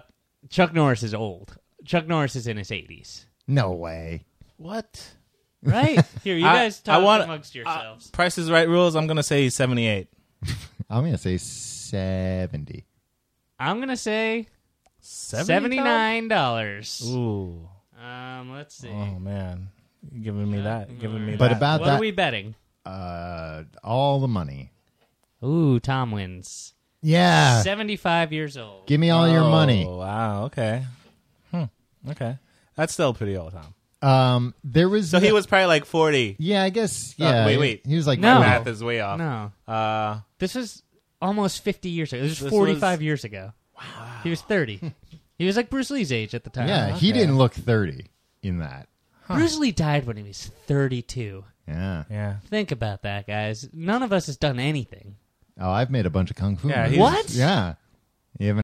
[SPEAKER 5] Chuck Norris is old. Chuck Norris is in his eighties.
[SPEAKER 6] No way.
[SPEAKER 4] What?
[SPEAKER 5] Right here, you
[SPEAKER 4] I-
[SPEAKER 5] guys talk
[SPEAKER 4] I wanna-
[SPEAKER 5] amongst yourselves.
[SPEAKER 4] Price is Right rules. I'm gonna say he's seventy-eight.
[SPEAKER 6] I'm going to say 70.
[SPEAKER 5] I'm gonna say
[SPEAKER 4] 70,
[SPEAKER 5] seventy
[SPEAKER 4] Tom?
[SPEAKER 5] nine dollars.
[SPEAKER 4] Ooh.
[SPEAKER 5] Um, let's see.
[SPEAKER 4] Oh man, You're giving me that, giving me
[SPEAKER 6] But
[SPEAKER 4] that.
[SPEAKER 6] about
[SPEAKER 5] what
[SPEAKER 6] that,
[SPEAKER 5] are we betting?
[SPEAKER 6] uh, all the money.
[SPEAKER 5] Ooh, Tom wins.
[SPEAKER 6] Yeah.
[SPEAKER 5] Seventy five Uh, years old.
[SPEAKER 6] Give me all your money.
[SPEAKER 4] Oh, wow. Okay. Hmm. Okay. That's still pretty old, Tom.
[SPEAKER 6] Um, there was.
[SPEAKER 4] Oh. So he was probably like forty.
[SPEAKER 6] Yeah, I guess.
[SPEAKER 4] Uh,
[SPEAKER 6] Yeah.
[SPEAKER 4] wait, wait.
[SPEAKER 6] He was like,
[SPEAKER 5] No.
[SPEAKER 6] forty.
[SPEAKER 4] Math is way off.
[SPEAKER 5] no,
[SPEAKER 4] Uh,
[SPEAKER 5] this was almost fifty years ago. This was
[SPEAKER 4] This
[SPEAKER 5] forty five
[SPEAKER 4] was-
[SPEAKER 5] years ago. Wow. He was thirty. he was like Bruce Lee's age at the time.
[SPEAKER 4] Oh,
[SPEAKER 6] Yeah, he didn't look 30 in that.
[SPEAKER 5] Bruce Lee died when he was thirty two.
[SPEAKER 6] Yeah.
[SPEAKER 4] yeah.
[SPEAKER 5] Think about that, guys. None of us has done anything.
[SPEAKER 6] Oh, I've made a bunch of kung fu.
[SPEAKER 4] Yeah,
[SPEAKER 6] movies.
[SPEAKER 4] he's- What?
[SPEAKER 6] Yeah. You haven't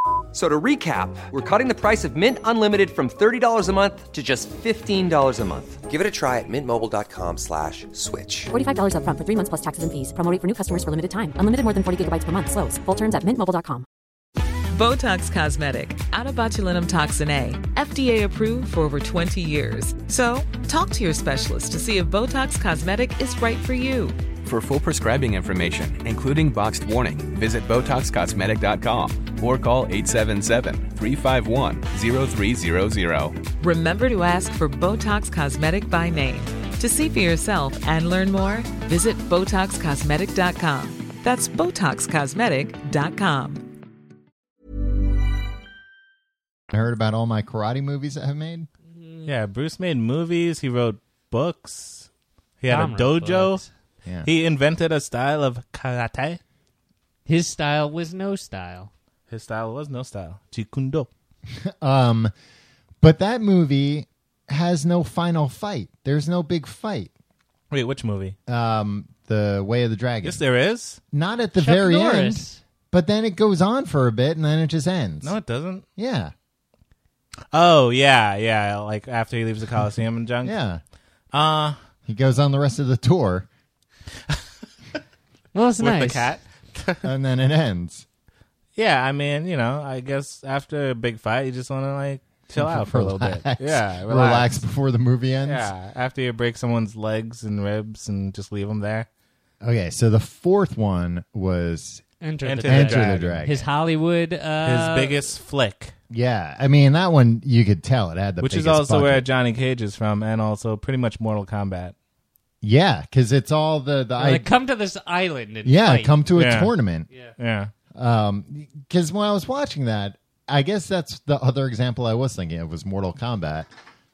[SPEAKER 1] So to recap, we're cutting the price of Mint Unlimited from $30 a month to just $15 a month.
[SPEAKER 2] Give it a try at mintmobile.com slash switch.
[SPEAKER 3] $45 upfront for three months plus taxes and fees. Promo rate for new customers for limited time. Unlimited more than 40 gigabytes per month. Slows. Full terms at mintmobile.com.
[SPEAKER 7] Botox Cosmetic, out of botulinum toxin A, FDA approved for over 20 years. So, talk to your specialist to see if Botox Cosmetic is right for you.
[SPEAKER 8] For full prescribing information, including boxed warning, visit BotoxCosmetic.com or call 877-351-0300.
[SPEAKER 7] Remember to ask for Botox Cosmetic by name. To see for yourself and learn more, visit BotoxCosmetic.com. That's BotoxCosmetic.com.
[SPEAKER 6] heard about all my karate movies that I've made?
[SPEAKER 4] Yeah. Bruce made movies. He wrote books. He had
[SPEAKER 5] Tom
[SPEAKER 4] a
[SPEAKER 5] wrote
[SPEAKER 4] dojo.
[SPEAKER 5] books.
[SPEAKER 6] Yeah.
[SPEAKER 4] He invented a style of karate.
[SPEAKER 5] His style was no style.
[SPEAKER 4] His style was no style. Chikundo.
[SPEAKER 6] um, but that movie has no final fight. There's no big fight.
[SPEAKER 4] Wait, which movie?
[SPEAKER 6] Um, the Way of the Dragon.
[SPEAKER 4] Yes, there is.
[SPEAKER 6] Not at the
[SPEAKER 5] Chuck
[SPEAKER 6] very end,
[SPEAKER 5] Norris.
[SPEAKER 6] but then it goes on for a bit and then it just ends.
[SPEAKER 4] No, it doesn't.
[SPEAKER 6] Yeah.
[SPEAKER 4] Oh, yeah, yeah. Like after he leaves the Coliseum and junk.
[SPEAKER 6] Yeah.
[SPEAKER 4] Uh,
[SPEAKER 6] He goes on the rest of the tour
[SPEAKER 5] Well, it's
[SPEAKER 4] with the
[SPEAKER 5] nice.
[SPEAKER 4] cat.
[SPEAKER 6] and then it ends
[SPEAKER 4] Yeah, I mean, you know, I guess after a big fight, you just want to like chill out for a little bit. Yeah,
[SPEAKER 6] relax before the movie ends.
[SPEAKER 4] Yeah, after you break someone's legs and ribs and just leave them there.
[SPEAKER 6] Okay, so the fourth one was
[SPEAKER 5] Enter,
[SPEAKER 4] Enter
[SPEAKER 5] the,
[SPEAKER 4] the
[SPEAKER 5] Dragon.
[SPEAKER 6] Enter the
[SPEAKER 4] Dragon.
[SPEAKER 6] Dragon.
[SPEAKER 5] His Hollywood.
[SPEAKER 4] His
[SPEAKER 5] Uh,
[SPEAKER 4] biggest flick,
[SPEAKER 6] yeah, I mean that one you could tell it had the
[SPEAKER 4] which is
[SPEAKER 6] biggest
[SPEAKER 4] also
[SPEAKER 6] budget.
[SPEAKER 4] where Johnny Cage is from, and also pretty much Mortal Kombat.
[SPEAKER 6] yeah, because it's all the the
[SPEAKER 5] Like,
[SPEAKER 6] I,
[SPEAKER 5] come to this island and
[SPEAKER 6] yeah
[SPEAKER 5] fight.
[SPEAKER 6] come to a
[SPEAKER 4] Yeah.
[SPEAKER 6] tournament
[SPEAKER 4] Yeah,
[SPEAKER 6] because when I was watching that, I guess that's the other example I was thinking of was Mortal Kombat.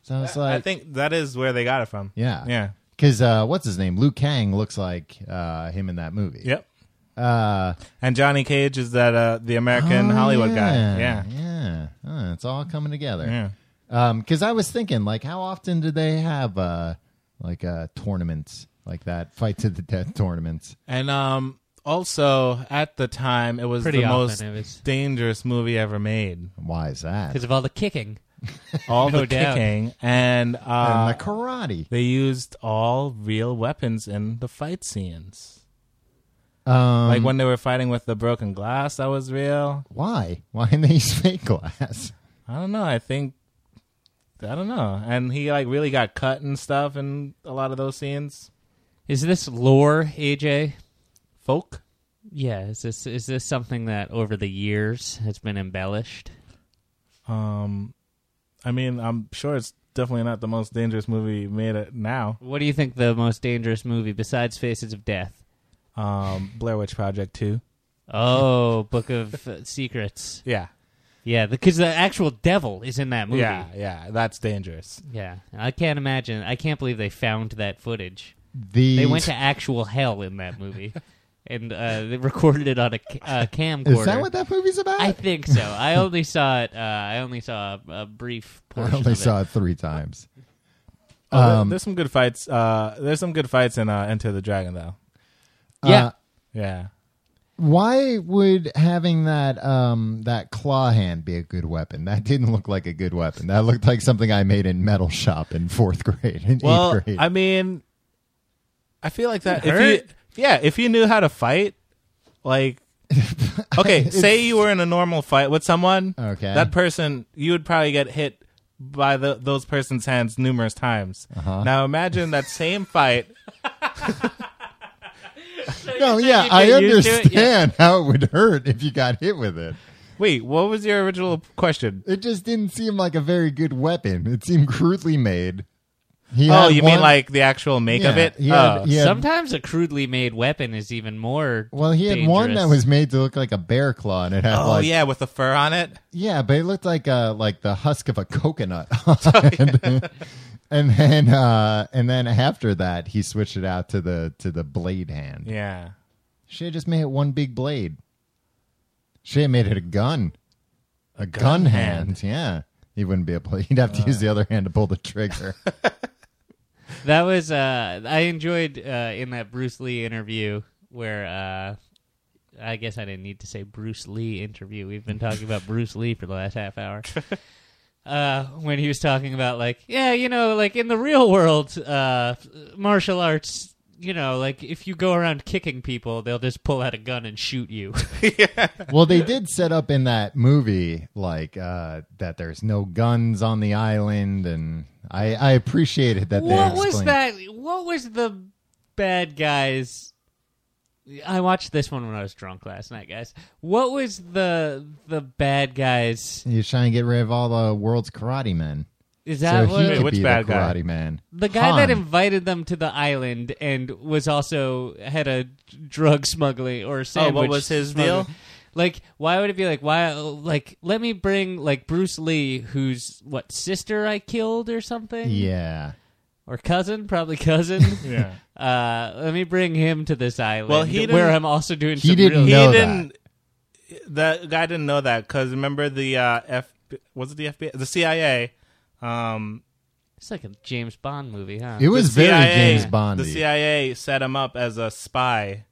[SPEAKER 6] So I was
[SPEAKER 4] I
[SPEAKER 6] like,
[SPEAKER 4] think that is where they got it from.
[SPEAKER 6] yeah,
[SPEAKER 4] yeah,
[SPEAKER 6] because uh, what's his name? Liu Kang looks like uh, him in that movie.
[SPEAKER 4] yep.
[SPEAKER 6] Uh,
[SPEAKER 4] And Johnny Cage is that uh, the American
[SPEAKER 6] oh,
[SPEAKER 4] Hollywood
[SPEAKER 6] yeah,
[SPEAKER 4] guy? Yeah,
[SPEAKER 6] yeah. Oh, it's all coming together.
[SPEAKER 4] yeah.
[SPEAKER 6] because Um, I was thinking, like, how often do they have uh, like uh, tournaments like that, fight to the death tournaments?
[SPEAKER 4] And um, also at the time, it was
[SPEAKER 5] Pretty
[SPEAKER 4] the
[SPEAKER 5] often
[SPEAKER 4] most
[SPEAKER 5] it was-
[SPEAKER 4] dangerous movie ever made.
[SPEAKER 6] Why is that?
[SPEAKER 5] because of all the kicking.
[SPEAKER 4] All
[SPEAKER 5] No
[SPEAKER 4] the
[SPEAKER 5] doubt.
[SPEAKER 4] kicking and uh,
[SPEAKER 6] and the karate.
[SPEAKER 4] they used all real weapons in the fight scenes.
[SPEAKER 6] Um,
[SPEAKER 4] like when they were fighting with the broken glass, that was real.
[SPEAKER 6] why? Why in these fake glass?
[SPEAKER 4] I don't know. I think I don't know. And he like really got cut and stuff in a lot of those scenes.
[SPEAKER 5] Is this lore, AJ?
[SPEAKER 4] Folk.
[SPEAKER 5] Yeah. Is this is this something that over the years has been embellished?
[SPEAKER 4] Um, I mean, I'm sure it's definitely not the most dangerous movie made it now.
[SPEAKER 5] What do you think the most dangerous movie besides Faces of Death?
[SPEAKER 4] Um, Blair Witch Project Two.
[SPEAKER 5] Oh, Book of uh, Secrets.
[SPEAKER 4] Yeah.
[SPEAKER 5] Yeah, because the actual devil is in that movie.
[SPEAKER 4] Yeah, yeah, that's dangerous.
[SPEAKER 5] Yeah, I can't imagine. I can't believe they found that footage.
[SPEAKER 6] The-
[SPEAKER 5] They went to actual hell in that movie, and uh, they recorded it on a ca- uh, camcorder.
[SPEAKER 6] Is that what that movie's about?
[SPEAKER 5] I think so. I only saw it. Uh, I only saw a, a brief portion.
[SPEAKER 6] I only
[SPEAKER 5] of
[SPEAKER 6] saw it three times.
[SPEAKER 4] Oh, there-
[SPEAKER 6] Um,
[SPEAKER 4] there's some good fights. Uh, there's some good fights in uh, Enter the Dragon though.
[SPEAKER 6] Yeah. Uh,
[SPEAKER 4] yeah.
[SPEAKER 6] Why would having that um that claw hand be a good weapon? That didn't look like a good weapon. That looked like something I made in metal shop in fourth grade and
[SPEAKER 4] Well,
[SPEAKER 6] eighth grade.
[SPEAKER 4] I mean, I feel like that.
[SPEAKER 6] It
[SPEAKER 4] If you, yeah, if you knew how to fight, like, okay, say you were in a normal fight with someone,
[SPEAKER 6] Okay.
[SPEAKER 4] that person you would probably get hit by the, those person's hands numerous times.
[SPEAKER 6] Uh-huh.
[SPEAKER 4] Now imagine that same fight.
[SPEAKER 6] no, yeah,
[SPEAKER 4] you
[SPEAKER 6] I
[SPEAKER 4] get used to it?
[SPEAKER 6] understand how it would hurt if you got hit with it.
[SPEAKER 4] Wait, what was your original question?
[SPEAKER 6] It just didn't seem like a very good weapon. It seemed crudely made. He
[SPEAKER 4] oh,
[SPEAKER 6] had
[SPEAKER 4] you mean
[SPEAKER 6] one-
[SPEAKER 4] like the actual make of
[SPEAKER 6] Yeah,
[SPEAKER 4] it?
[SPEAKER 6] he had-
[SPEAKER 4] Oh.
[SPEAKER 6] he had-
[SPEAKER 5] Sometimes a crudely made weapon is even more.
[SPEAKER 6] Well, he had one that
[SPEAKER 5] dangerous.
[SPEAKER 6] was made to look like a bear claw, and it had
[SPEAKER 4] Oh
[SPEAKER 6] like
[SPEAKER 4] yeah, with the fur on it.
[SPEAKER 6] Yeah, but it looked like uh like the husk of a coconut.
[SPEAKER 4] Oh,
[SPEAKER 6] and, then- and then uh and then after that he switched it out to the to the blade hand.
[SPEAKER 4] Yeah.
[SPEAKER 6] Should have just made it one big blade. Should have made it a gun. A
[SPEAKER 4] gun
[SPEAKER 6] gun, hand. Yeah. He wouldn't be able he'd have to use the other hand to pull the trigger.
[SPEAKER 5] that was uh I enjoyed uh in that Bruce Lee interview where uh I guess I didn't need to say Bruce Lee interview. We've been talking about Bruce Lee for the last half hour. Uh, when he was talking about like, yeah, you know, like in the real world, uh, martial arts, you know, like if you go around kicking people, they'll just pull out a gun and shoot you.
[SPEAKER 6] well, they did set up in that movie like uh that there's no guns on the island and I I appreciated that they
[SPEAKER 5] what was
[SPEAKER 6] explained-
[SPEAKER 5] that? What was the bad guys? I watched this one when I was drunk last night, guys. What was the the bad guys?
[SPEAKER 6] He's trying to get rid of all the world's karate men.
[SPEAKER 5] Is that
[SPEAKER 6] so
[SPEAKER 5] what-
[SPEAKER 6] he
[SPEAKER 5] Wait,
[SPEAKER 6] could
[SPEAKER 5] which
[SPEAKER 6] be
[SPEAKER 5] bad
[SPEAKER 6] the
[SPEAKER 5] guy?
[SPEAKER 6] karate man?
[SPEAKER 5] The guy that
[SPEAKER 6] Han.
[SPEAKER 5] invited them to the island and was also had a drug smuggling or sandwich.
[SPEAKER 4] Oh, was his
[SPEAKER 5] smuggling.
[SPEAKER 4] deal?
[SPEAKER 5] Like, why would it be like why? Like, let me bring like Bruce Lee, who's what sister I killed or something.
[SPEAKER 6] Yeah.
[SPEAKER 5] or cousin, probably cousin.
[SPEAKER 4] Yeah.
[SPEAKER 5] Uh, let me bring him to this island.
[SPEAKER 4] Well, he
[SPEAKER 5] where
[SPEAKER 4] didn't-
[SPEAKER 5] I'm also doing. some real-
[SPEAKER 4] He didn't. That guy didn't know that because remember the uh, F was it the FBI the CIA. Um,
[SPEAKER 5] It's like a James Bond movie, huh?
[SPEAKER 6] It was
[SPEAKER 4] the
[SPEAKER 6] very
[SPEAKER 4] CIA
[SPEAKER 6] James Bondy.
[SPEAKER 4] The CIA set him up as a spy,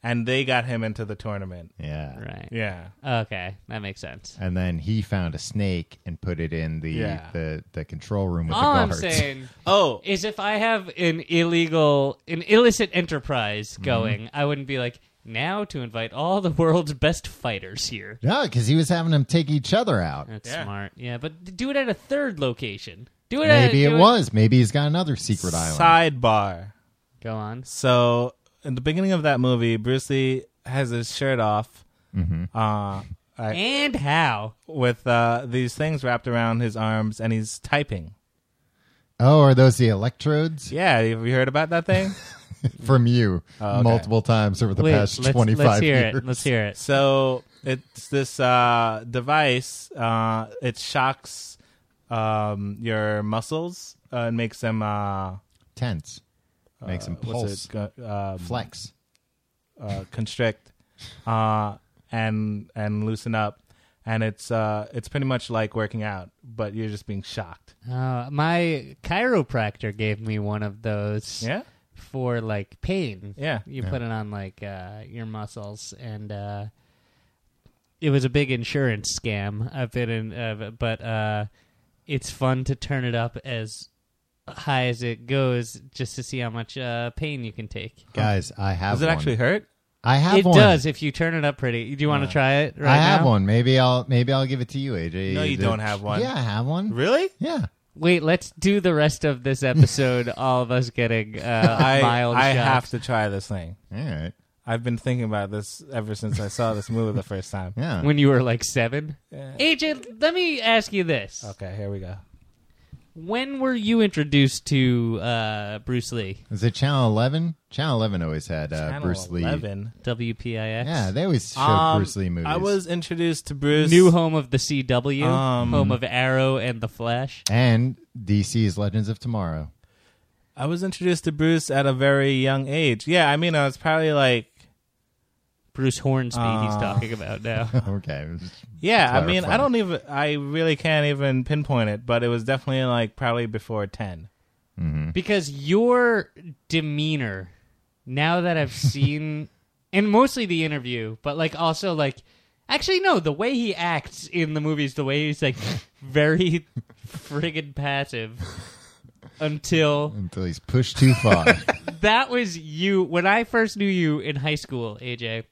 [SPEAKER 4] and they got him into the tournament.
[SPEAKER 6] Yeah.
[SPEAKER 5] Right.
[SPEAKER 4] Yeah.
[SPEAKER 5] Okay, that makes sense.
[SPEAKER 6] And then he found a snake and put it in the
[SPEAKER 5] Yeah.
[SPEAKER 6] the, the control room with
[SPEAKER 5] All
[SPEAKER 6] the
[SPEAKER 5] I'm
[SPEAKER 6] guards.
[SPEAKER 5] saying,
[SPEAKER 4] oh,
[SPEAKER 5] is if I have an illegal, an illicit enterprise
[SPEAKER 6] Mm-hmm.
[SPEAKER 5] going, I wouldn't be like now to invite all the world's best fighters here.
[SPEAKER 6] No, because he was having them take each other out.
[SPEAKER 5] That's smart. Yeah, but do it at a third location. Do it. at,
[SPEAKER 6] Maybe
[SPEAKER 5] do
[SPEAKER 6] it was. Maybe he's got another secret island.
[SPEAKER 4] Sidebar.
[SPEAKER 5] Go on.
[SPEAKER 4] So, in the beginning of that movie, Bruce Lee has his shirt off.
[SPEAKER 6] Mhm.
[SPEAKER 4] Uh, I-
[SPEAKER 5] And how?
[SPEAKER 4] With uh, these things wrapped around his arms, and he's typing.
[SPEAKER 6] Oh, are those the electrodes
[SPEAKER 4] Yeah, have you heard about that thing?
[SPEAKER 6] from you
[SPEAKER 4] Oh, okay.
[SPEAKER 6] multiple times over the past twenty five years?
[SPEAKER 5] hear it.
[SPEAKER 4] So it's this uh, device. Uh, it shocks um, your muscles uh, and makes them uh,
[SPEAKER 6] Tense.
[SPEAKER 5] Uh,
[SPEAKER 6] Makes them
[SPEAKER 4] what's it, go- um,
[SPEAKER 6] Flex.
[SPEAKER 4] uh, constrict, uh, and and loosen up. And it's uh, it's pretty much like working out, but you're just being shocked.
[SPEAKER 5] Uh, my chiropractor gave me one of those.
[SPEAKER 4] Yeah?
[SPEAKER 5] For like pain.
[SPEAKER 4] Yeah.
[SPEAKER 5] You
[SPEAKER 4] Yeah.
[SPEAKER 5] put it on like uh, your muscles, and uh, it was a big insurance scam. I've been in, uh, but uh, it's fun to turn it up as high as it goes just to see how much uh, pain you can take.
[SPEAKER 6] Guys, I have
[SPEAKER 4] Does it
[SPEAKER 6] one.
[SPEAKER 4] actually hurt?
[SPEAKER 6] I have
[SPEAKER 5] it
[SPEAKER 6] one.
[SPEAKER 5] does if you turn it up pretty. Do you want to try it? Right
[SPEAKER 6] I have
[SPEAKER 5] now?
[SPEAKER 6] one. Maybe I'll maybe I'll give it to you, AJ.
[SPEAKER 5] No, you
[SPEAKER 6] The-
[SPEAKER 5] don't have one.
[SPEAKER 6] Yeah, I have one.
[SPEAKER 4] Really?
[SPEAKER 6] Yeah.
[SPEAKER 5] Wait, let's do the rest of this episode. all of us getting uh,
[SPEAKER 4] I
[SPEAKER 5] mild.
[SPEAKER 4] I have
[SPEAKER 5] shocks.
[SPEAKER 4] to try this thing.
[SPEAKER 6] All right.
[SPEAKER 4] I've been thinking about this ever since I saw this movie the first time.
[SPEAKER 6] Yeah.
[SPEAKER 5] When you were like seven.
[SPEAKER 4] Yeah.
[SPEAKER 5] Agent, let me ask you this.
[SPEAKER 4] Okay, here we go.
[SPEAKER 5] When were you introduced to uh, Bruce Lee?
[SPEAKER 6] Is it Channel Eleven? Channel Eleven always had uh,
[SPEAKER 5] Channel
[SPEAKER 6] Bruce Lee.
[SPEAKER 5] 11. WPIX.
[SPEAKER 6] Yeah, they always show
[SPEAKER 5] Um,
[SPEAKER 6] Bruce Lee movies.
[SPEAKER 4] I was introduced to Bruce.
[SPEAKER 5] New home of the CW,
[SPEAKER 4] Um,
[SPEAKER 5] home of Arrow and the Flash.
[SPEAKER 6] and DC's Legends of Tomorrow.
[SPEAKER 4] I was introduced to Bruce at a very young age. Yeah, I mean, I was probably like
[SPEAKER 5] Bruce Hornsby. he's
[SPEAKER 4] Uh,
[SPEAKER 5] talking about now.
[SPEAKER 6] okay.
[SPEAKER 4] Yeah, I mean, I don't even. I really can't even pinpoint it, but it was definitely like probably before ten. hmm.
[SPEAKER 5] Because your demeanor, now that I've seen, and mostly the interview, but like also like, actually no, the way he acts in the movies, the way he's like very friggin' passive until
[SPEAKER 6] until he's pushed too far.
[SPEAKER 5] that was you when I first knew you in high school, AJ.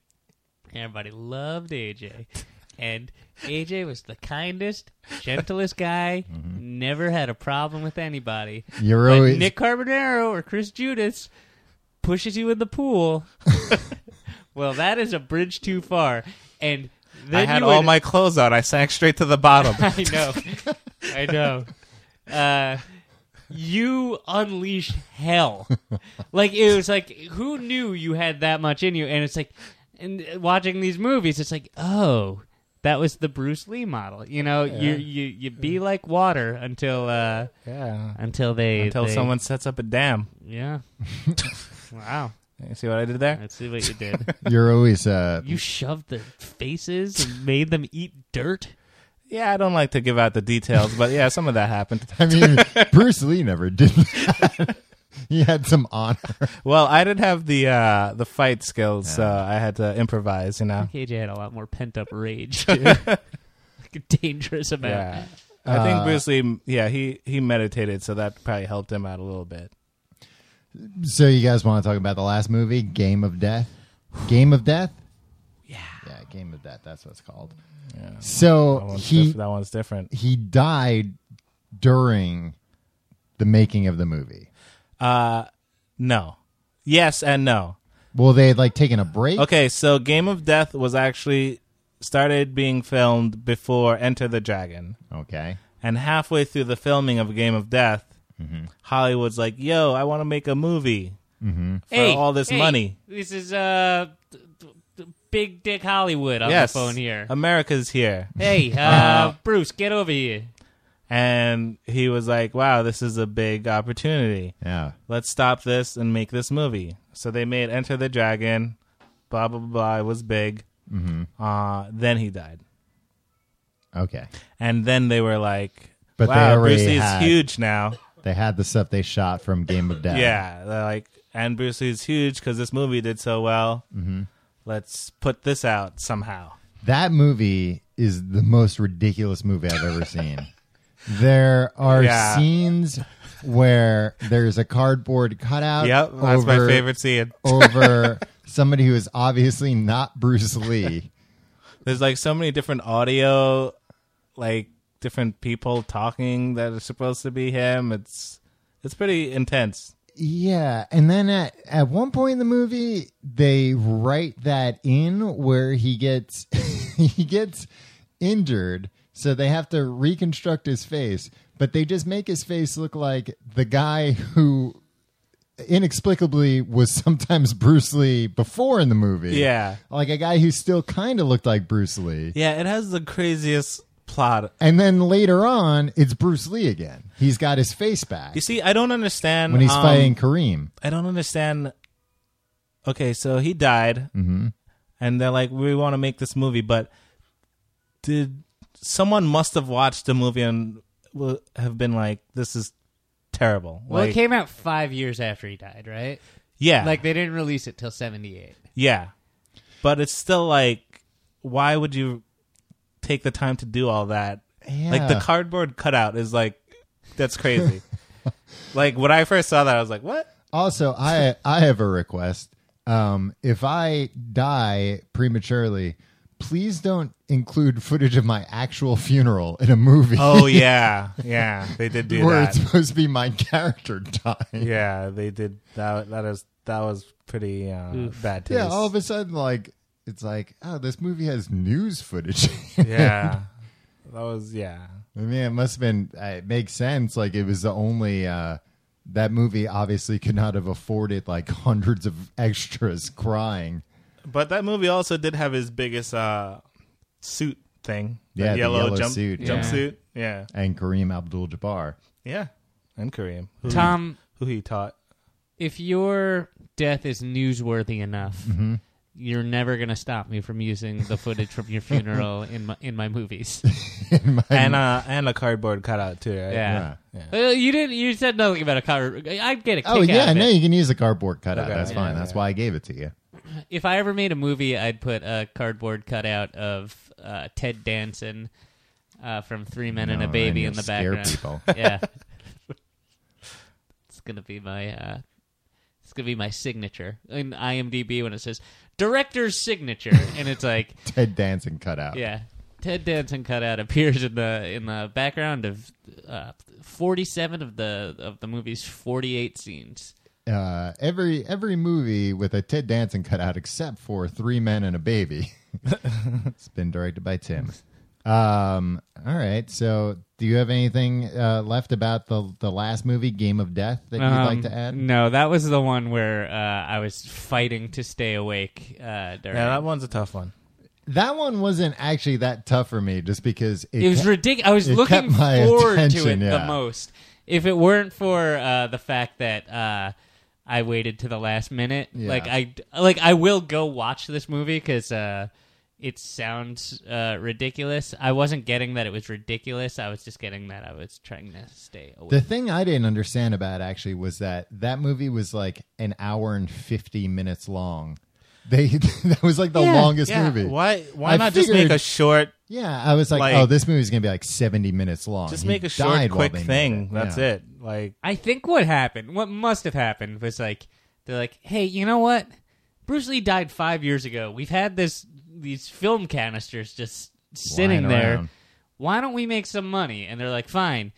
[SPEAKER 5] Everybody loved AJ, and AJ was the kindest, gentlest guy.
[SPEAKER 4] Mm-hmm.
[SPEAKER 5] Never had a problem with anybody.
[SPEAKER 6] You're
[SPEAKER 5] But
[SPEAKER 6] always-
[SPEAKER 5] Nick Carbonaro or Chris Judas pushes you in the pool. well, that is a bridge too far, and then
[SPEAKER 4] I had
[SPEAKER 5] you
[SPEAKER 4] all
[SPEAKER 5] would-
[SPEAKER 4] my clothes out. I sank straight to the bottom.
[SPEAKER 5] I know. I know. Uh, you unleashed hell. Like it was like who knew you had that much in you? And it's like, and watching these movies, it's like, oh, that was the Bruce Lee model. You know, you
[SPEAKER 4] Yeah.
[SPEAKER 5] you you be like water until uh,
[SPEAKER 4] Yeah.
[SPEAKER 5] until they
[SPEAKER 4] Until
[SPEAKER 5] they-
[SPEAKER 4] someone sets up a dam.
[SPEAKER 5] yeah. wow.
[SPEAKER 4] You see what I did there?
[SPEAKER 5] Let's see what you did.
[SPEAKER 6] You're always uh,
[SPEAKER 5] you shoved their faces and made them eat dirt.
[SPEAKER 4] Yeah, I don't like to give out the details, but yeah, some of that happened.
[SPEAKER 6] I mean, Bruce Lee never did that. he had some honor.
[SPEAKER 4] well, I didn't have the uh, the fight skills, so I had to improvise. You know.
[SPEAKER 5] KJ had a lot more pent up rage, too. like a dangerous amount.
[SPEAKER 4] Yeah. I think
[SPEAKER 6] Uh,
[SPEAKER 4] Bruce Lee, yeah, he, he meditated, so that probably helped him out a little bit.
[SPEAKER 6] So you guys want to talk about the last movie, Game of Death? Game of Death? Yeah. Yeah, Game of Death. That's what it's called.
[SPEAKER 4] Yeah.
[SPEAKER 6] So
[SPEAKER 4] That one's
[SPEAKER 6] he
[SPEAKER 4] diff- that one's different.
[SPEAKER 6] He died during the making of the movie.
[SPEAKER 4] Uh, no. Yes and no.
[SPEAKER 6] Well, they had like taken a break.
[SPEAKER 4] Okay, so Game of Death was actually started being filmed before Enter the Dragon.
[SPEAKER 6] Okay.
[SPEAKER 4] And halfway through the filming of Game of Death,
[SPEAKER 6] Mm-hmm.
[SPEAKER 4] Hollywood's like, "Yo, I want to make a movie
[SPEAKER 6] Mhm.
[SPEAKER 4] for all this
[SPEAKER 5] hey,
[SPEAKER 4] money."
[SPEAKER 5] This is uh, th- th- th- Big Dick Hollywood on
[SPEAKER 4] yes, Um,
[SPEAKER 5] the phone here.
[SPEAKER 4] America's here.
[SPEAKER 5] Hey, uh, Bruce, get over here.
[SPEAKER 4] and he was like, "Wow, this is a big opportunity.
[SPEAKER 6] Yeah,
[SPEAKER 4] Uh. let's stop this and make this movie." So they made Enter the Dragon. Blah blah blah. It was big.
[SPEAKER 6] Mhm.
[SPEAKER 4] Uh, then he died,
[SPEAKER 6] Okay.
[SPEAKER 4] and then they were like,
[SPEAKER 6] But they
[SPEAKER 4] "Wow,
[SPEAKER 6] already
[SPEAKER 4] Bruce Lee's
[SPEAKER 6] had-
[SPEAKER 4] huge now."
[SPEAKER 6] They had the stuff they shot from Game of Death.
[SPEAKER 4] Yeah, they're like, and Bruce Lee's huge because this movie did so well.
[SPEAKER 6] Mhm.
[SPEAKER 4] Let's put this out somehow.
[SPEAKER 6] That movie is the most ridiculous movie I've ever seen. there are
[SPEAKER 4] Yeah.
[SPEAKER 6] scenes where there's a cardboard cutout.
[SPEAKER 4] Yep, that's my favorite scene.
[SPEAKER 6] over somebody who is obviously not Bruce Lee.
[SPEAKER 4] There's like so many different audio, like different people talking that are supposed to be him. It's it's pretty intense.
[SPEAKER 6] Yeah, and then at, at one point in the movie, they write that in where he gets he gets injured, so they have to reconstruct his face, but they just make his face look like the guy who inexplicably was sometimes Bruce Lee before in the movie.
[SPEAKER 4] Yeah.
[SPEAKER 6] Like a guy who still kind of looked like Bruce Lee.
[SPEAKER 4] Yeah, it has the craziest plot.
[SPEAKER 6] And then later on, it's Bruce Lee again. He's got his face back
[SPEAKER 4] You see, I don't understand
[SPEAKER 6] when he's
[SPEAKER 4] um,
[SPEAKER 6] fighting Kareem.
[SPEAKER 4] I don't understand. Okay, so he died,
[SPEAKER 6] Mhm.
[SPEAKER 4] and they're like, "We want to make this movie," but did someone must have watched the movie and will have been like, "This is terrible."
[SPEAKER 5] Well, it
[SPEAKER 4] Like,
[SPEAKER 5] came out five years after he died, right?
[SPEAKER 4] Yeah.
[SPEAKER 5] Like they didn't release it till '78.
[SPEAKER 4] Yeah. But it's still like, why would you take the time to do all that? Like the
[SPEAKER 6] Yeah.
[SPEAKER 4] cardboard cutout is like, that's crazy. like when I first saw that, I was like, what?
[SPEAKER 6] Also, I I have a request. Um, if I die prematurely, please don't include footage of my actual funeral in a movie.
[SPEAKER 4] Oh yeah, yeah, they did do
[SPEAKER 6] where
[SPEAKER 4] that.
[SPEAKER 6] it's supposed to be my character dying.
[SPEAKER 4] Yeah, they did that. That is that was pretty uh, bad taste.
[SPEAKER 6] Yeah, all of a sudden, like it's like, oh, this movie has news footage.
[SPEAKER 4] yeah, that was yeah.
[SPEAKER 6] I mean, it must have been. uh, It makes sense. Like it was the only uh, that movie obviously could not have afforded like hundreds of extras crying.
[SPEAKER 4] But that movie also did have his biggest uh, suit thing. The
[SPEAKER 6] Yeah, the
[SPEAKER 4] yellow,
[SPEAKER 6] yellow
[SPEAKER 4] jump,
[SPEAKER 6] suit, yeah.
[SPEAKER 4] jumpsuit. Yeah.
[SPEAKER 6] And Kareem Abdul-Jabbar.
[SPEAKER 4] Yeah. And Kareem. Who
[SPEAKER 5] Tom-
[SPEAKER 4] Who he taught.
[SPEAKER 5] If your death is newsworthy enough,
[SPEAKER 4] Mm-hmm.
[SPEAKER 6] Mhm.
[SPEAKER 5] you're never going to stop me from using the footage from your funeral in my in my movies.
[SPEAKER 4] and, uh, and a cardboard cutout, too, right?
[SPEAKER 5] yeah. Uh, you didn't. You said nothing about a car. I'd get a kick
[SPEAKER 6] Oh
[SPEAKER 5] out
[SPEAKER 6] yeah,
[SPEAKER 5] of
[SPEAKER 6] no,
[SPEAKER 5] it.
[SPEAKER 6] you can use a cardboard cutout.
[SPEAKER 5] Okay.
[SPEAKER 6] That's
[SPEAKER 5] Yeah,
[SPEAKER 6] fine.
[SPEAKER 5] yeah,
[SPEAKER 6] That's why I gave it to you.
[SPEAKER 5] If I ever made a movie, I'd put a cardboard cutout of uh, Ted Danson uh, from Three Men and a
[SPEAKER 6] No, then
[SPEAKER 5] Baby
[SPEAKER 6] you'll
[SPEAKER 5] in the
[SPEAKER 6] scare
[SPEAKER 5] background.
[SPEAKER 6] people.
[SPEAKER 5] yeah, it's gonna be my uh, it's gonna be my signature in IMDb when it says director's signature, and it's like
[SPEAKER 6] Ted Danson cutout.
[SPEAKER 5] yeah, Ted Danson cutout appears in the in the background of uh, forty seven of the of the movie's forty eight scenes.
[SPEAKER 6] Uh, every every movie with a Ted Danson cutout, except for Three Men and a Baby. it's been directed by Tim. Um, all right. So, do you have anything uh, left about the the last movie, Game of Death, that you'd like
[SPEAKER 5] Um,
[SPEAKER 6] to add?
[SPEAKER 5] No, that was the one where uh, I was fighting to stay awake. Uh, during.
[SPEAKER 4] Yeah, that one's a tough one.
[SPEAKER 6] That one wasn't actually that tough for me, just because it,
[SPEAKER 5] It was
[SPEAKER 6] kept-
[SPEAKER 5] ridiculous. I was
[SPEAKER 6] it
[SPEAKER 5] looking
[SPEAKER 6] kept my
[SPEAKER 5] forward to it
[SPEAKER 6] attention,
[SPEAKER 5] the
[SPEAKER 6] yeah.
[SPEAKER 5] most. If it weren't for uh, the fact that uh, I waited to the last minute,
[SPEAKER 6] Yeah.
[SPEAKER 5] like I like I will go watch this movie because uh, it sounds uh, ridiculous. I wasn't getting that it was ridiculous. I was just getting that I was trying to stay awake.
[SPEAKER 6] The thing I didn't understand about it, actually was that that movie was like an hour and fifty minutes long. They that was like the
[SPEAKER 4] Yeah,
[SPEAKER 6] longest
[SPEAKER 4] yeah.
[SPEAKER 6] movie.
[SPEAKER 4] Why- why
[SPEAKER 6] I
[SPEAKER 4] not just make
[SPEAKER 6] figured-
[SPEAKER 4] a short,
[SPEAKER 6] Yeah, I was like,
[SPEAKER 4] like-
[SPEAKER 6] oh, this movie's gonna be like seventy minutes long.
[SPEAKER 4] Just
[SPEAKER 6] Oh, He
[SPEAKER 4] make a
[SPEAKER 6] died
[SPEAKER 4] short,
[SPEAKER 6] while
[SPEAKER 4] quick
[SPEAKER 6] they made
[SPEAKER 4] thing. That's
[SPEAKER 6] Yeah.
[SPEAKER 4] it. Like,
[SPEAKER 5] I think what happened, what must have happened, was like they're like, "Hey, you know what? Bruce Lee died five years ago. We've had this these film canisters just sitting
[SPEAKER 6] Lying
[SPEAKER 5] there.
[SPEAKER 6] around.
[SPEAKER 5] Why don't we make some money?" And they're like, "Fine.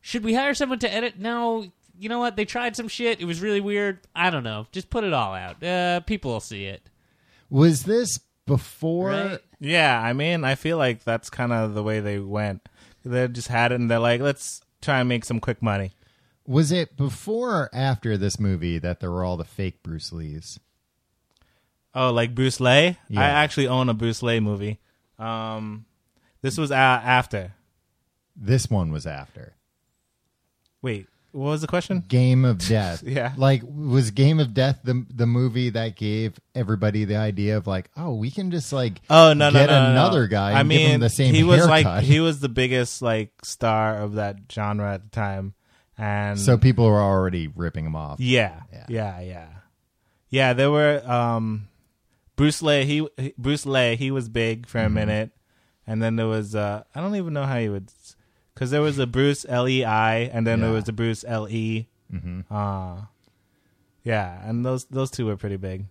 [SPEAKER 5] Should we hire someone to edit? No. You know what? They tried some shit. It was really weird. I don't know. Just put it all out. Uh, people will see it.
[SPEAKER 6] Was this before?
[SPEAKER 4] Yeah, I mean, I feel like that's kind of the way they went. They just had it and they're like, let's try and make some quick money.
[SPEAKER 6] Was it before or after this movie that there were all the fake Bruce Lees?
[SPEAKER 4] Oh, like Bruce Lee?
[SPEAKER 6] Yeah.
[SPEAKER 4] I actually own a Bruce Lee movie. Um, this was uh, after.
[SPEAKER 6] This one was after
[SPEAKER 4] Wait, what was the question?
[SPEAKER 6] Game of Death.
[SPEAKER 4] Yeah.
[SPEAKER 6] like was Game of Death the the movie that gave everybody the idea of like, oh, we can just like
[SPEAKER 4] Oh no, no,
[SPEAKER 6] get
[SPEAKER 4] no, no, no.
[SPEAKER 6] another guy.
[SPEAKER 4] I
[SPEAKER 6] and
[SPEAKER 4] mean,
[SPEAKER 6] give him the same.
[SPEAKER 4] He was like
[SPEAKER 6] haircut.
[SPEAKER 4] he was the biggest like star of that genre at the time, and
[SPEAKER 6] so people were already ripping him off.
[SPEAKER 4] Yeah, yeah, yeah, yeah. there were um, Bruce Lee. He, he- Bruce Lee. He was big for a minute, and then there was uh, I don't even know how you would, because there was a Bruce L E I, and then there
[SPEAKER 6] Yeah.
[SPEAKER 4] was a Bruce L E. Uh, yeah, and those those two were pretty big.